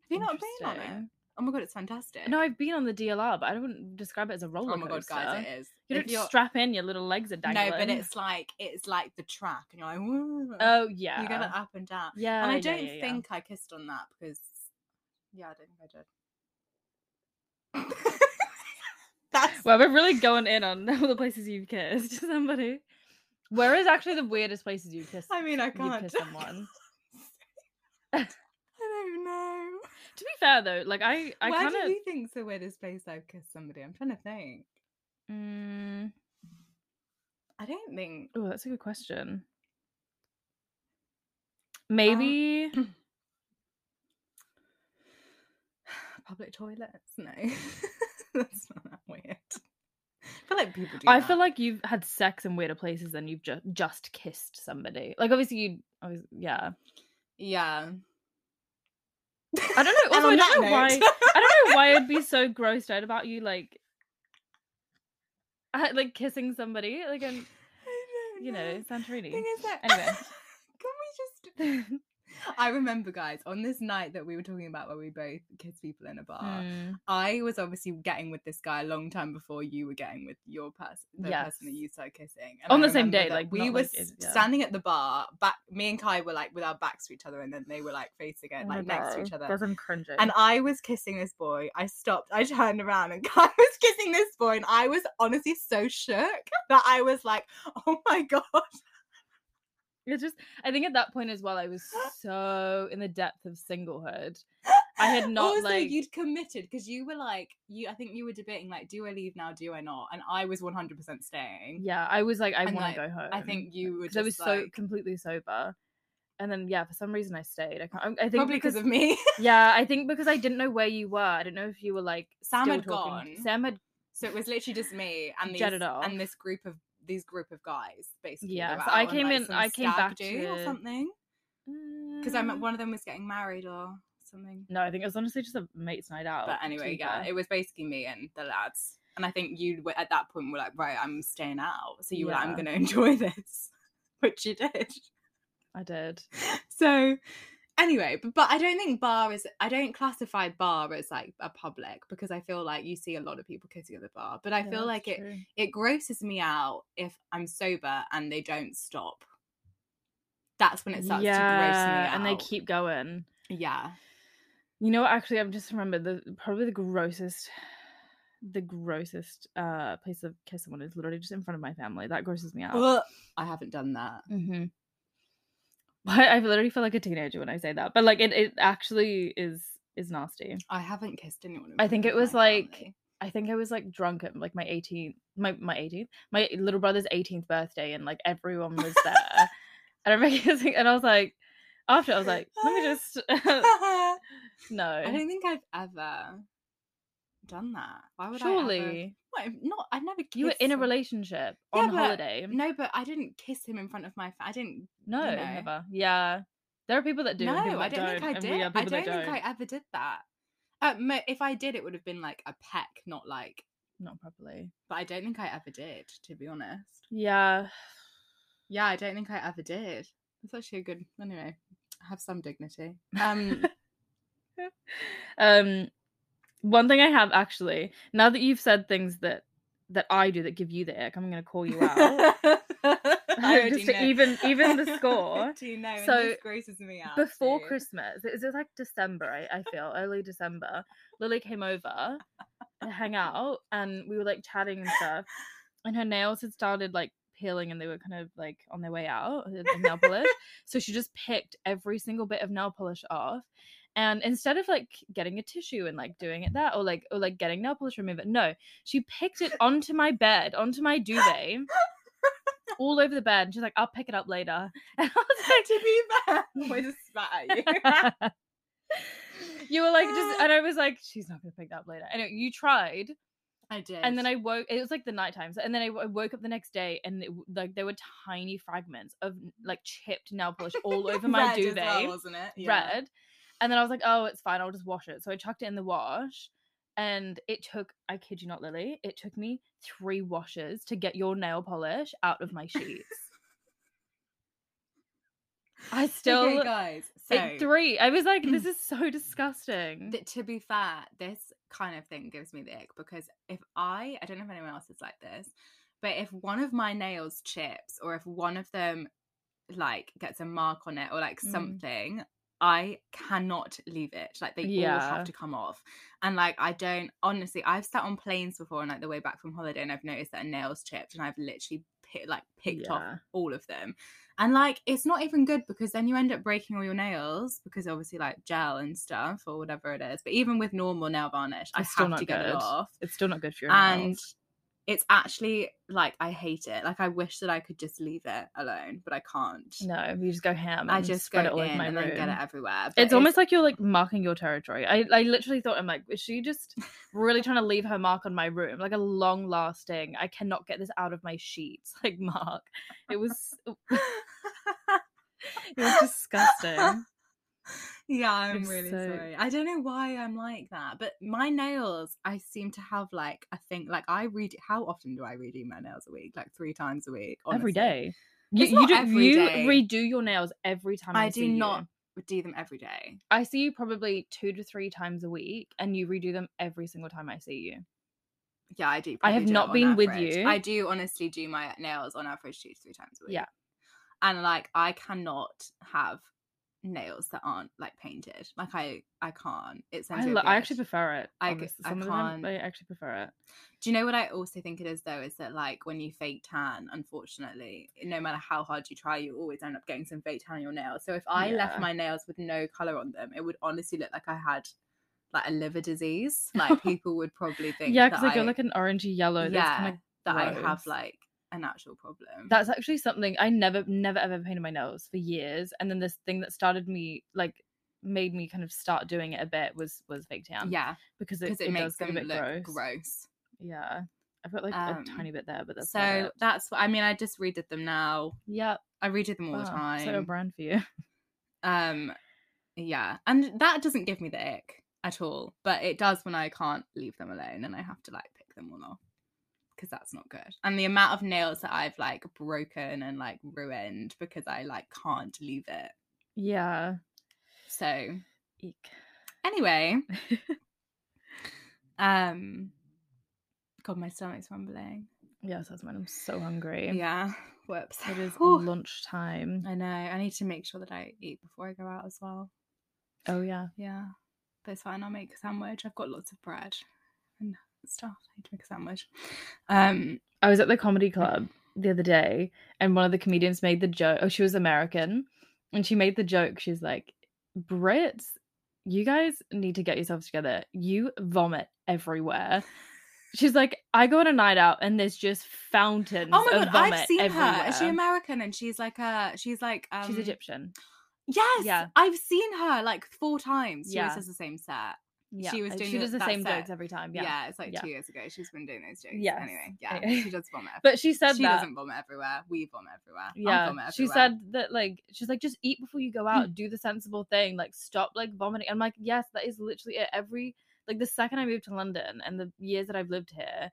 you not been on it? Interesting. Oh my god, it's fantastic. No, I've been on the DLR, but I don't describe it as a roller oh my god, coaster. guys, it is. You If don't you're- strap in; your little legs are dangling. no, but it's like it's like the track, and you're like, Whoa. oh yeah, you go like up and down. yeah. and I yeah, don't yeah, yeah. think I kissed on that because, yeah, I don't think I did. [LAUGHS] That's Well, we're really going in on [LAUGHS] all the places you've kissed [LAUGHS] somebody. Where is actually the weirdest places you've kissed? I mean, I you've can't. kissed someone. I don't know. [LAUGHS] To be fair though, like I, I Where kind do of. you think's the weirdest place I've kissed somebody? I'm trying to think. Mm, I don't think. [SIGHS] oh, that's a good question. Um, Maybe Public toilets? No. [LAUGHS] That's not that weird. I feel like people do I that. feel like you've had sex in weirder places than you've just just kissed somebody. Like obviously you, obviously, yeah. Yeah. I don't know. [LAUGHS] And Also, I on don't know that why. I don't know why I'd be so grossed out about you like, I- like kissing somebody. Like, I I'm, don't you know, Santorini. Thing is that- Anyway. [LAUGHS] can we just? [LAUGHS] I remember, guys, on this night that we were talking about where we both kissed people in a bar. Mm, I was obviously getting with this guy a long time before you were getting with your person, the person that Yes. you started kissing. On I the same remember day, that like, we not were like it- yeah. standing at the bar. Back, me and Kai were like with our backs to each other, and then they were like facing I it, like don't next to know. each other. Guys, I'm cringing. And I was kissing this boy. I stopped. I turned around, and [LAUGHS] Kai was kissing this boy, and I was honestly so shook that I was like, "Oh my god!" It's just, I think at that point as well, I [GASPS] was so in the depth of singlehood. [LAUGHS] I had not, Also, like- you'd committed because you were like, you. I think you were debating like, "Do I leave now? Do I not?" And I was one hundred percent staying. Yeah, I was like, I And, want like, to go home. I think you were because I was just so like- completely sober. And then yeah, for some reason I stayed. I can't. I think probably because of me. [LAUGHS] yeah, I think because I didn't know where you were. I don't know if you were like Sam still had talking- gone. Sam had So it was literally just me and these, Jetted off. and this group of these group of guys basically. that Yeah, were so I out on, came like, in- some I came stag back do or to- something because I'm Mm, one of them was getting married or something. No, I think it was honestly just a mates' night out. But to anyway, be yeah, fair. it was basically me and the lads, and I think you were at that point were like, right, I'm staying out. So you were like, I'm Yeah. going to [LAUGHS] enjoy this, which you did. [LAUGHS] I did. So. Anyway, but, but I don't think bar is I don't classify bar as like a public because I feel like you see a lot of people kissing at the bar. But I Yeah, feel that's like it true. it grosses me out if I'm sober and they don't stop. That's when it starts to gross me out. and they keep going. yeah. You know, what, actually, I've just remembered the probably the grossest, the grossest uh place of kiss someone is literally just in front of my family. That grosses me out. Ugh. I haven't done that. Mm-hmm. [LAUGHS] But I literally feel like a teenager when I say that. But like, it it actually is is nasty. I haven't kissed anyone. in I think front it of was my like- family. I think I was like drunk at like my 18th, my my 18th, my little brother's 18th birthday, and like everyone [LAUGHS] was there. and I [LAUGHS] remember kissing, and I was like, after I was like, [LAUGHS] let me just [LAUGHS] I no, don't think I've ever done that. Why would I? Surely. surely Not. I've never kissed. you were in a some- relationship Yeah, on but holiday. No, No, but I didn't kiss him in front of my. Fa- I didn't. know. never. Yeah, there are people that do. no, and people I that don't think I and we did. I are don't people that think I ever did that. Uh, mo- if I did, it would have been like a peck, not like Not properly. [SIGHS] but I don't think I ever did, to be honest. Yeah, Yeah, I don't think I ever did. It's actually a good anyway. I have some dignity. [LAUGHS] Um, [LAUGHS] um one thing i have actually now that you've said things that that i do that give you the ick i'm gonna call you out I [LAUGHS] Just to even- [LAUGHS] even the score. Do know, and So, this graces me out before too. christmas it was like december I, I feel early december lily came over to hang out and we were like chatting and stuff and her nails had started like peeling and they were kind of like on their way out the the nail polish so she just picked every single bit of nail polish off and instead of like getting a tissue and like doing it that or like or like getting nail polish remover no she picked it onto my bed onto my duvet all over the bed and she's like i'll pick it up later [LAUGHS] and i was like [LAUGHS] to be [LAUGHS] fair, I just spat at you. [LAUGHS] you were like just and i was like she's not gonna pick that up later anyway you tried [LAUGHS] I did. and then i woke it was like the night times and then i, I woke up the next day and it, w- like there were tiny fragments of like chipped nail polish all [LAUGHS] over my Red as duvet well, wasn't it? Yeah. red and then i was like oh it's fine i'll just wash it so i chucked it in the wash and it took i kid you not lily it took me three washes to get your nail polish out of my sheets [LAUGHS] i still okay, guys. So it- three. I was [CLEARS THROAT] like, this is so disgusting. Th- to be fair, this kind of thing gives me the ick because if I, I don't know if anyone else is like this, but if one of my nails chips or if one of them like gets a mark on it or like Mm. something, I cannot leave it. Like they all Yeah. have to come off. And like I don't honestly, I've sat on planes before on like the way back from holiday and I've noticed that a nail's chipped and I've literally pi- like picked off Yeah. all of them. And like it's not even good because then you end up breaking all your nails because obviously like gel and stuff or whatever it is. But even with normal nail varnish, I It's still have not to get it good. off. It's still not good for your And nails. it's actually like I hate it. Like I wish that I could just leave it alone, but I can't. No, you just go ham. I and just go spread in it all over my and then get room. it everywhere. But It's almost like you're like marking your territory. I, I literally thought I'm like, is she just really trying to leave her mark on my room? Like a long lasting, I cannot get this out of my sheets. [LAUGHS] Like mark. It was it [LAUGHS] was disgusting. [LAUGHS] yeah, I'm It's really so- sorry. I don't know why I'm like that, but my nails, I seem to have like I think like I read. How often do I redo my nails a week? Like three times a week. Every honestly. day. You, It's you not do every you day. redo your nails every time. I, I do see you. not do them every day. I see you probably two to three times a week, and you redo them every single time I see you. Yeah, I do. I probably have do not it on been with average. you. I do honestly do my nails on average two to three times a week. Yeah. and like I cannot have nails that aren't like painted. Like I, I can't. It I, sends me a lo- I bit. actually prefer it. I g- honest- I Some of the time, can't- I actually prefer it. Do you know what I also think it is though? Is that like when you fake tan, unfortunately, no matter how hard you try, you always end up getting some fake tan on your nails. So if I Yeah. left my nails with no color on them, it would honestly look like I had like a liver [LAUGHS] disease. Like people would probably think, that yeah, because they go I- like an orangey yellow. That's yeah, kind of that I have gross. like an actual problem. that's actually something I never, never, ever painted my nails for years, and then this thing that started me like made me kind of start doing it a bit was was fake tan. yeah, because it, because it, it, makes does look them a bit look gross. gross. Yeah, I've got like Um, a tiny bit there, but that's so about it. that's what I mean. I just redid them now. yeah, I redid them all the wow, time. Oh, So a brand for you. [LAUGHS] Um, yeah, and that doesn't give me the ick at all, but it does when I can't leave them alone and I have to like pick them all off because that's not good. And the amount of nails that I've like broken and like ruined because I like can't leave it. Yeah. So Eek. [LAUGHS] anyway, um, God, my stomach's rumbling. Yes, that's mine. I'm so hungry. Yeah, whoops. It is Whew. lunchtime. I know. I need to make sure that I eat before I go out as well. Oh yeah. Yeah, but it's fine. I'll make a sandwich. I've got lots of bread and stuff. I need to make a sandwich. Um, I was at the comedy club the other day, and one of the comedians made the joke. Oh, she was American, and she made the joke. She's like, "Brits, you guys need to get yourselves together. You vomit everywhere." She's like, "I go on a night out, and there's just fountains oh my of god, vomit I've seen everywhere." her. Is she American? And she's like a she's like um, She's Egyptian. Yes, Yeah. I've seen her like four times. She Yeah. always does the same set. Yeah, she was and doing she the- does the that same set. jokes every time. Yeah, Yeah, it's like yeah. two years ago. She's been doing those jokes. Yes. [LAUGHS] Anyway, yeah, Anyway. she does vomit. but she said she that. doesn't vomit everywhere. We vomit everywhere. I yeah vomit everywhere. she said that like she's like just eat before you go out do the sensible thing like stop like vomiting i'm like yes that is literally it every like the second i moved to london and the years that i've lived here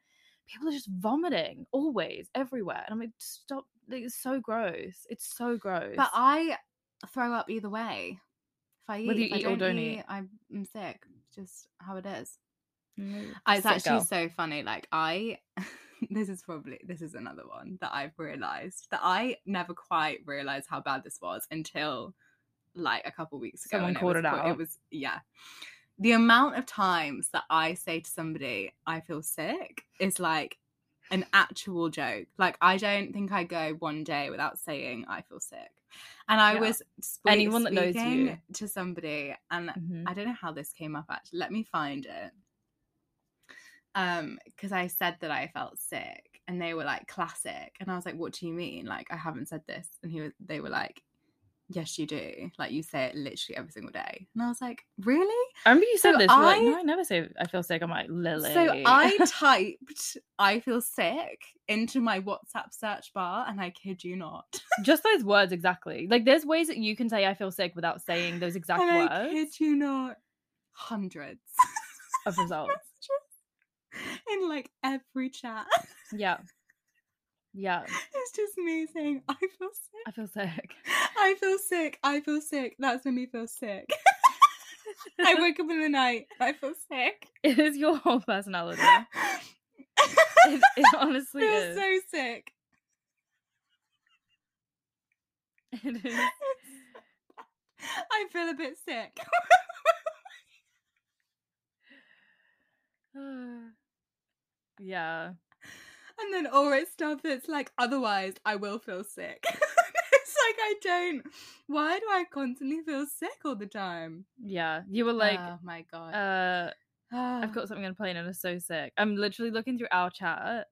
people are just vomiting always everywhere and i'm like stop like, it's so gross. It's so gross. But I throw up either way. If I eat, Whether you if I eat or don't eat. I'm I'm sick. It's just how it is. Mm, It's sick actually girl. so funny. Like I, [LAUGHS] this is probably this is another one that I've realized that I never quite realized how bad this was until like a couple weeks ago. Someone and called was it po- It out. was yeah. The amount of times that I say to somebody I feel sick is like an actual joke. Like I don't think I go one day without saying I feel sick. And I Yeah. was spe- Anyone that knows speaking you. to somebody and Mhm. I don't know how this came up actually. Let me find it. Um, because I said that I felt sick and they were like classic. And I was like, What do you mean? Like, I haven't said this. And he was they were like, Yes, you do. Like you say it literally every single day. And I was like, Really? I remember you said So this. you were like, I- no, I never say I feel sick. I'm like Lily. So I typed I feel sick into my WhatsApp search bar and I kid you not. [LAUGHS] [LAUGHS] just those words exactly. Like there's ways that you can say I feel sick without saying those exact and I words kid you not. Hundreds [LAUGHS] of results. messages in like every chat. Yeah. Yeah. It's just me saying, I feel sick. I feel sick. [LAUGHS] I feel sick. I feel sick. That's when me feel sick. [LAUGHS] I wake up in the night. I feel sick. [LAUGHS] It is your whole personality. It, I it [LAUGHS] honestly feel is. so [LAUGHS] sick. [LAUGHS] It is. I feel a bit sick. [LAUGHS] Ah. [SIGHS] yeah. And then all right stuff that's like, otherwise, I will feel sick. [LAUGHS] it's like, I don't. Why do I constantly feel sick all the time? Yeah. You were like, oh my God. uh, Ah. [SIGHS] I've got something on a plane and I'm so sick. I'm literally looking through our chat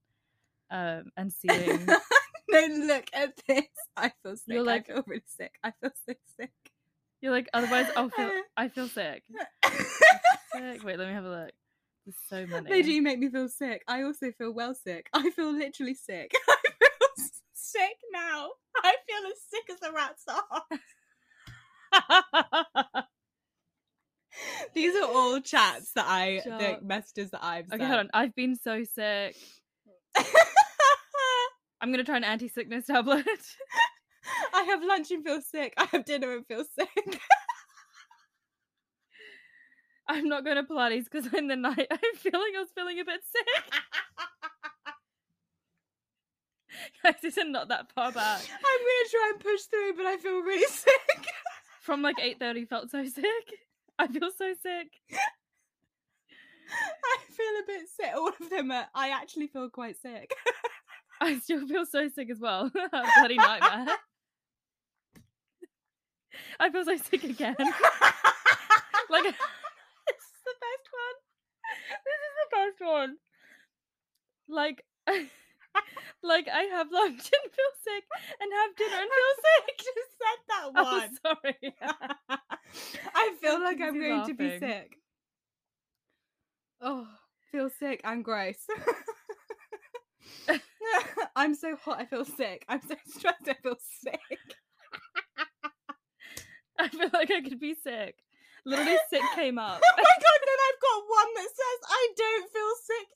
um and seeing [LAUGHS] no, look at this. I feel sick. You're like- I feel really sick. I feel so [LAUGHS] sick. you're like otherwise I'll feel [LAUGHS] I feel sick. sick. Wait, let me have a look. There's so many. they [LAUGHS] do make me feel sick. I also feel well sick. I feel literally sick. [LAUGHS] I feel s- sick now. I feel as sick as a rat's arse. These are all chats that I, the Shut- messages that I've okay, hold on. I've been so sick. sent. I'm gonna try an anti-sickness [LAUGHS] tablet. [LAUGHS] I have lunch and feel sick. I have dinner and feel sick. I'm not going to Pilates because in the night [LAUGHS] I'm feeling I was feeling a bit sick. [LAUGHS] Guys, these are not that [LAUGHS] far I'm gonna back. try and push through, but I feel really [LAUGHS] sick. From like 8:30, felt so sick. I feel so sick. I feel a bit sick. All of them are. I actually feel quite sick. I still feel so sick as well. [LAUGHS] Bloody nightmare. [LAUGHS] I feel so sick [LAUGHS] again. [LAUGHS] Like this is the best one. This is the best one. Like [LAUGHS] like I have lunch and feel sick and have dinner and feel sick. Just said that [LAUGHS] Oh, one. sorry. [LAUGHS] I feel I'm like I'm busy going to be laughing. sick. Oh, feel sick and [LAUGHS] gross. I'm so hot. I feel sick. I'm so [LAUGHS] stressed. I feel sick. [LAUGHS] I feel like I could be sick. Literally, [LAUGHS] sick came [LAUGHS] Oh up. [LAUGHS] my god! Then I've got one that says I don't feel sick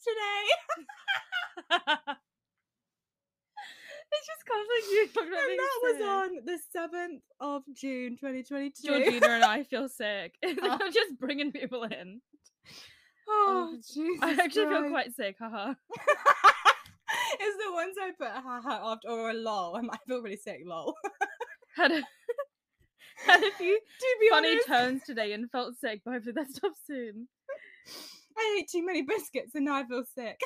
today. it's just conflict. You talked about And being that sick. was on the seventh of June, 2022. Georgina and I feel sick. [LAUGHS] Oh. I'm just bringing people [LAUGHS] in. [LAUGHS] Oh, Oh, Jesus. I actually feel Christ. quite sick. [LAUGHS] Haha. It's the ones I put haha after or a lol. [LAUGHS] I'm like, I feel really sick, lol. [LAUGHS] Had a, [LAUGHS] had a few to be funny honest, turns today and felt sick, but hopefully that stops [LAUGHS] soon. I ate too many biscuits and now I feel sick.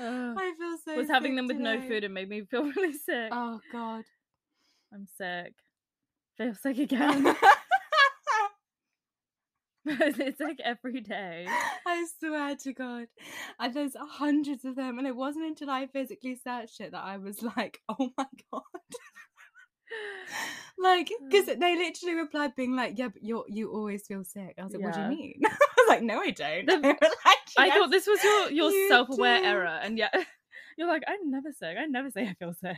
Ugh. [LAUGHS] I feel so was having sick them with no today. food and made me feel [LAUGHS] really sick. Oh, [LAUGHS] God. I'm sick. Feel [LAUGHS] sick again. [LAUGHS] it's like every day. I swear to God. And there's hundreds of them. And it wasn't until I physically searched it that I was like, [LAUGHS] oh my God. Like, because Mm. they literally replied, being like, yeah, but you're, you always feel sick. I was like, what do you Yeah. mean? [LAUGHS] I was like, no, I don't. The- They were [LAUGHS] like, I "Yes, thought this was your your you self aware do." error, and yeah, [LAUGHS] you're like, I'm never sick. I never say I feel sick.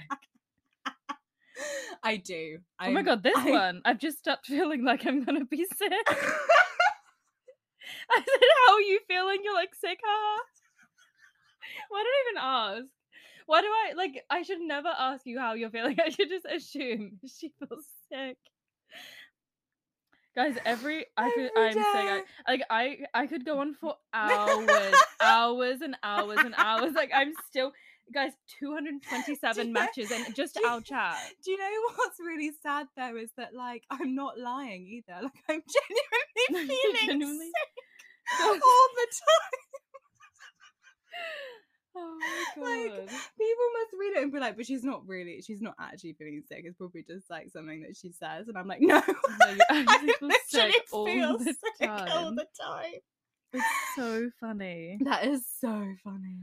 I do. oh my I'm- [LAUGHS] god, this I- one! I've just stopped [LAUGHS] feeling like I'm gonna be sick. [LAUGHS] I [LAUGHS] said, "How are you feeling?" You're like sick, huh? Why did I even ask? Why do I like? I should never ask you how you're feeling. [LAUGHS] I should just assume [LAUGHS] she feels sick. Guys, every I could Every I'm sick. I, day. like I I could go on [LAUGHS] for hours, hours and hours and hours. Like I'm still guys 227 Do you- matches and just do you- our chat. Do you know what's really sad though is that like I'm not lying either. Like I'm [LAUGHS] [LAUGHS] genuinely You're feeling genuinely- [LAUGHS] sick all the time. Oh [LAUGHS] my Like, god. People must read it and be like, but she's not really, she's not actually feeling sick. It's probably just like something that she says. And I'm like, [LAUGHS] no, [LAUGHS] No, you I actually feel literally sick Oh, all feel the sick all time. the time. It's so funny. [SIGHS] That is so funny.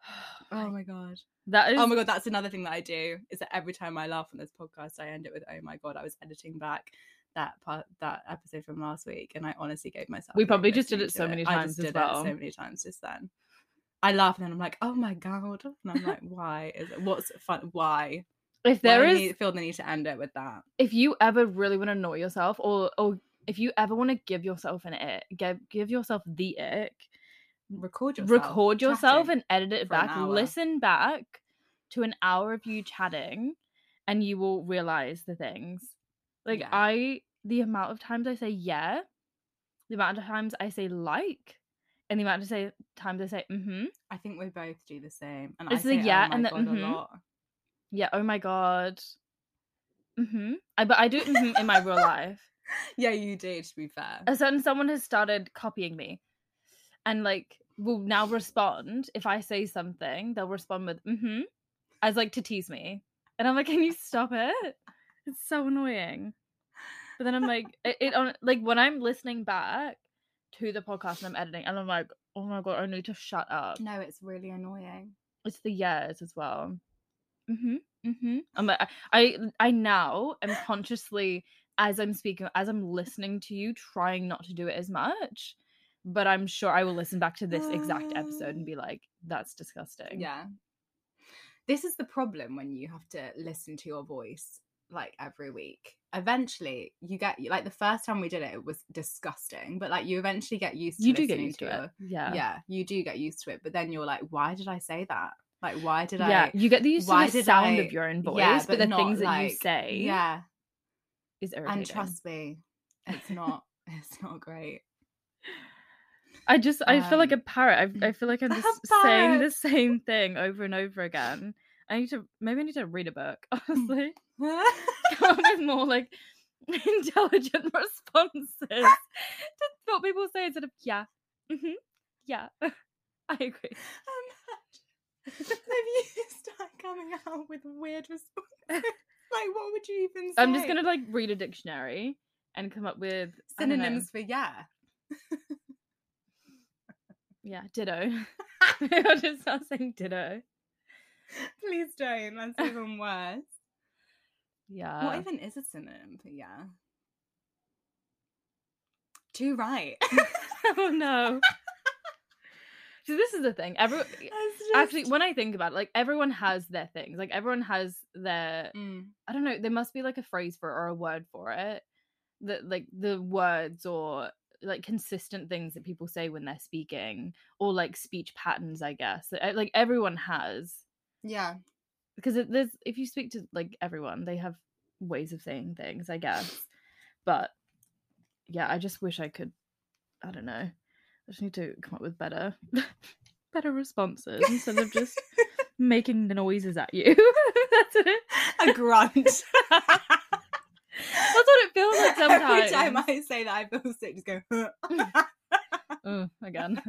[SIGHS] Oh my god. That is Oh my god, that's another thing that I do is that every time I laugh on this podcast, I end it with, "Oh my god, I was editing back that part, that episode from last week, and I honestly gave myself." We a good probably just did listening it to so many I times just as did well. It so many times just then. I laugh and then I'm like, "Oh my god," and I'm like, "Why is it? What's fun? Why?" if there Why is do you feel the need to end it with that. if you ever really want to annoy yourself or or if you ever want to give yourself an ick, give give yourself the ick, Record yourself. record yourself chatting. and edit it for an back. hour. Listen back to an hour of you chatting and you will realize the things. Like Yeah. I the amount of times I say yeah, the amount of times I say like, and the amount of say, times I say mm-hmm. I think we both do the same. And It's I the say, yeah oh my and the god mhm. a lot. Yeah, oh my god. Mm-hmm. I but I do mm-hmm in my [LAUGHS] real life. Yeah, you do. To be fair, a certain someone has started copying me and like will now respond if i say something they'll respond with mm-hmm as like to tease me and i'm like can you stop it it's so annoying but then i'm like it, it on like when i'm listening back to the podcast and i'm editing and i'm like oh my god i need to shut up no, it's really annoying. it's the years as well mm-hmm mm-hmm i'm like I- i i now am consciously as i'm speaking as i'm listening to you trying not to do it as much but i'm sure i will listen back to this exact episode and be like that's disgusting Ah. Yeah. This is the problem when you have to listen to your voice like every week. Eventually, you get like the first time we did it, it was disgusting, but like you eventually get used to you do get listening used to your- it yeah Yeah. you do get used to it, but then you're like, why did I say that? Like, why did yeah I? you get used why to the did sound I- of your own voice Yeah, but, but the not, things that you like- say Yeah, is irritating and trust me, it's not. [LAUGHS] It's not great. [LAUGHS] i just i feel like a um, parrot I, I feel like i'm a just saying the parrot. same thing over and over again i need to maybe i need to read a book [LAUGHS] Mm. honestly come up with more like [LAUGHS] intelligent [LAUGHS] responses to what people say instead of yeah, hmm yeah. [LAUGHS] I agree. [LAUGHS] Imagine if Um, you start coming out with weird [LAUGHS] responses. Like, what would you even say? I'm just gonna like read a dictionary and come up with I don't know. synonyms for yeah. Yeah, ditto. [LAUGHS] [LAUGHS] I'll just start saying ditto. Please don't. That's [LAUGHS] even worse. Yeah. what even is a synonym for yeah? Too right. [LAUGHS] oh no. so this is the thing. [LAUGHS] Every That's actually, just- when I think about it, like everyone has their things. Like everyone has their Mm, I don't know, there must be like a phrase for it or a word for it. That like the words or like consistent things that people say when they're speaking or like speech patterns, I guess. that, uh, Like everyone has [LAUGHS] yeah. because it, there's if you speak to like everyone, they have ways of saying things, I guess. But yeah, I just wish I could. I don't know. I just need to come up with better, [LAUGHS] better responses instead of just making noises at you. [LAUGHS] That's it. a grunt. That's what it feels [LAUGHS] like [LAUGHS] sometimes. Every time I say that, I feel sick. Just go. [LAUGHS] [LAUGHS] Ugh, again.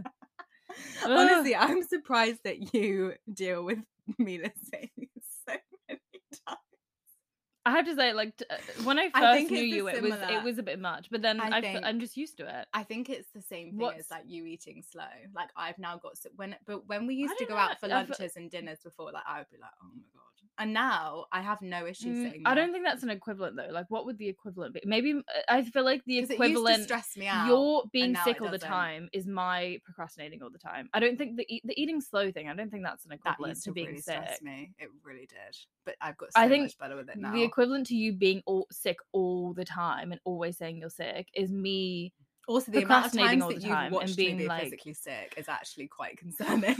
Honestly, I'm surprised that you deal [LAUGHS] with me saying it so many times. [LAUGHS] I have to say, like t- uh, when I first I think knew it's a you, it was it similar- was a bit much, but then I I fe- I'm think- just used to it. I think it's the same thing What's- as like you eating slow. Like I've now got so when but when we used to don't go know, out for I've- lunches and dinners before, like I would be like, oh my god. And now I have no issue Mm, saying. I don't think that's an equivalent though. Like, what would the equivalent be? Maybe m- uh, I feel like the because it used to equivalent stress me out. you're being now sick it all the doesn't. time is my procrastinating all the time. I don't think the eat the eating slow thing. I don't think that's an that equivalent used to to being really sick. stress me. It really did. But I've got so I think much better with it now. The equivalent to you being all sick all the time and always saying you're sick is me also, the amount of procrastinating times all that the you've time and watched being me be like- physically sick is actually quite [LAUGHS] concerning.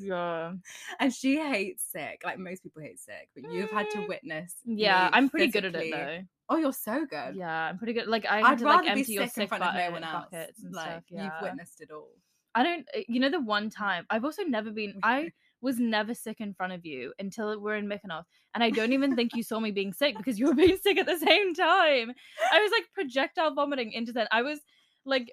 yeah. and she hates sick. Like most people hate sick, but you've had to Mm. witness. Yeah, me I'm pretty good at it physically- though. Oh, you're so good. Yeah, I'm pretty good. Like I had I'd to rather like empty be your sick, in front of no bucket- one else. buckets and like stuff. Yeah. you've witnessed it [LAUGHS] all. I don't. eh, You know, the one time I've also [LAUGHS] never been. I was never sick in front of you until we're in Mykonos, and I don't even think you saw me being sick because you were [LAUGHS] being sick at the same time. I was like projectile vomiting into that. I was like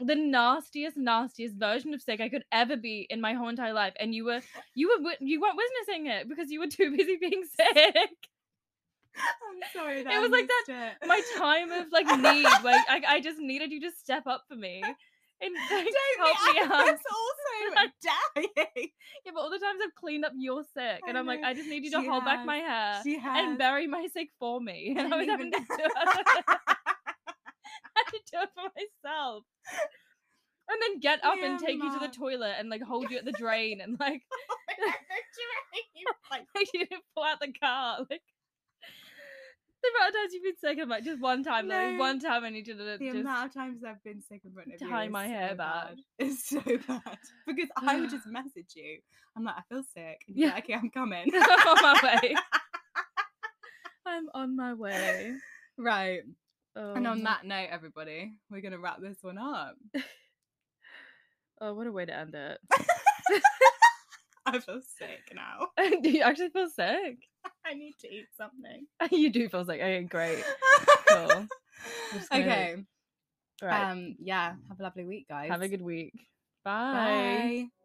the nastiest, nastiest version of sick I could ever be in my whole entire life, and you were, you were, wit- you weren't witnessing it because you were too busy being [LAUGHS] sick. I'm sorry. That It I was like missed it. my time of like need. Like I, I just needed you to step up for me [LAUGHS] and [LAUGHS] like, help me Jamie, I out. was [LAUGHS] also dying. Yeah, but all the times I've cleaned up your sick, I and I'm like, know. I just need you to She hold back has. my hair She has. [LAUGHS] and bury my sick for me. [LAUGHS] And didn't I, was having to even- do it. [LAUGHS] I had to do it for myself. And then get up and Yeah, take you Mum. to the toilet and like hold [LAUGHS] you at the drain and like [LAUGHS] Like, you to pull out the car. Like the amount of times you've been sick, I'm like, just one time, like No. one time I need you to the just amount of times I've been sick in front of you tie is my hair so back. [LAUGHS] It's so bad because I [SIGHS] would just message you. I'm like, I feel sick. And Yeah. yeah, okay, I'm [LAUGHS] coming. [LAUGHS] I'm on my way. [LAUGHS] I'm on my way. right. And on Um, that note, everybody, we're gonna wrap this one [LAUGHS] up. Oh, what a way to end it. I feel sick now. [LAUGHS] do you actually feel sick? [LAUGHS] [LAUGHS] I need to eat something. you do feel sick. Okay, great. [LAUGHS] [LAUGHS] Cool. just gonna- okay. All right. Um. Yeah. Have a lovely week, guys. Have a good week. Bye. Bye.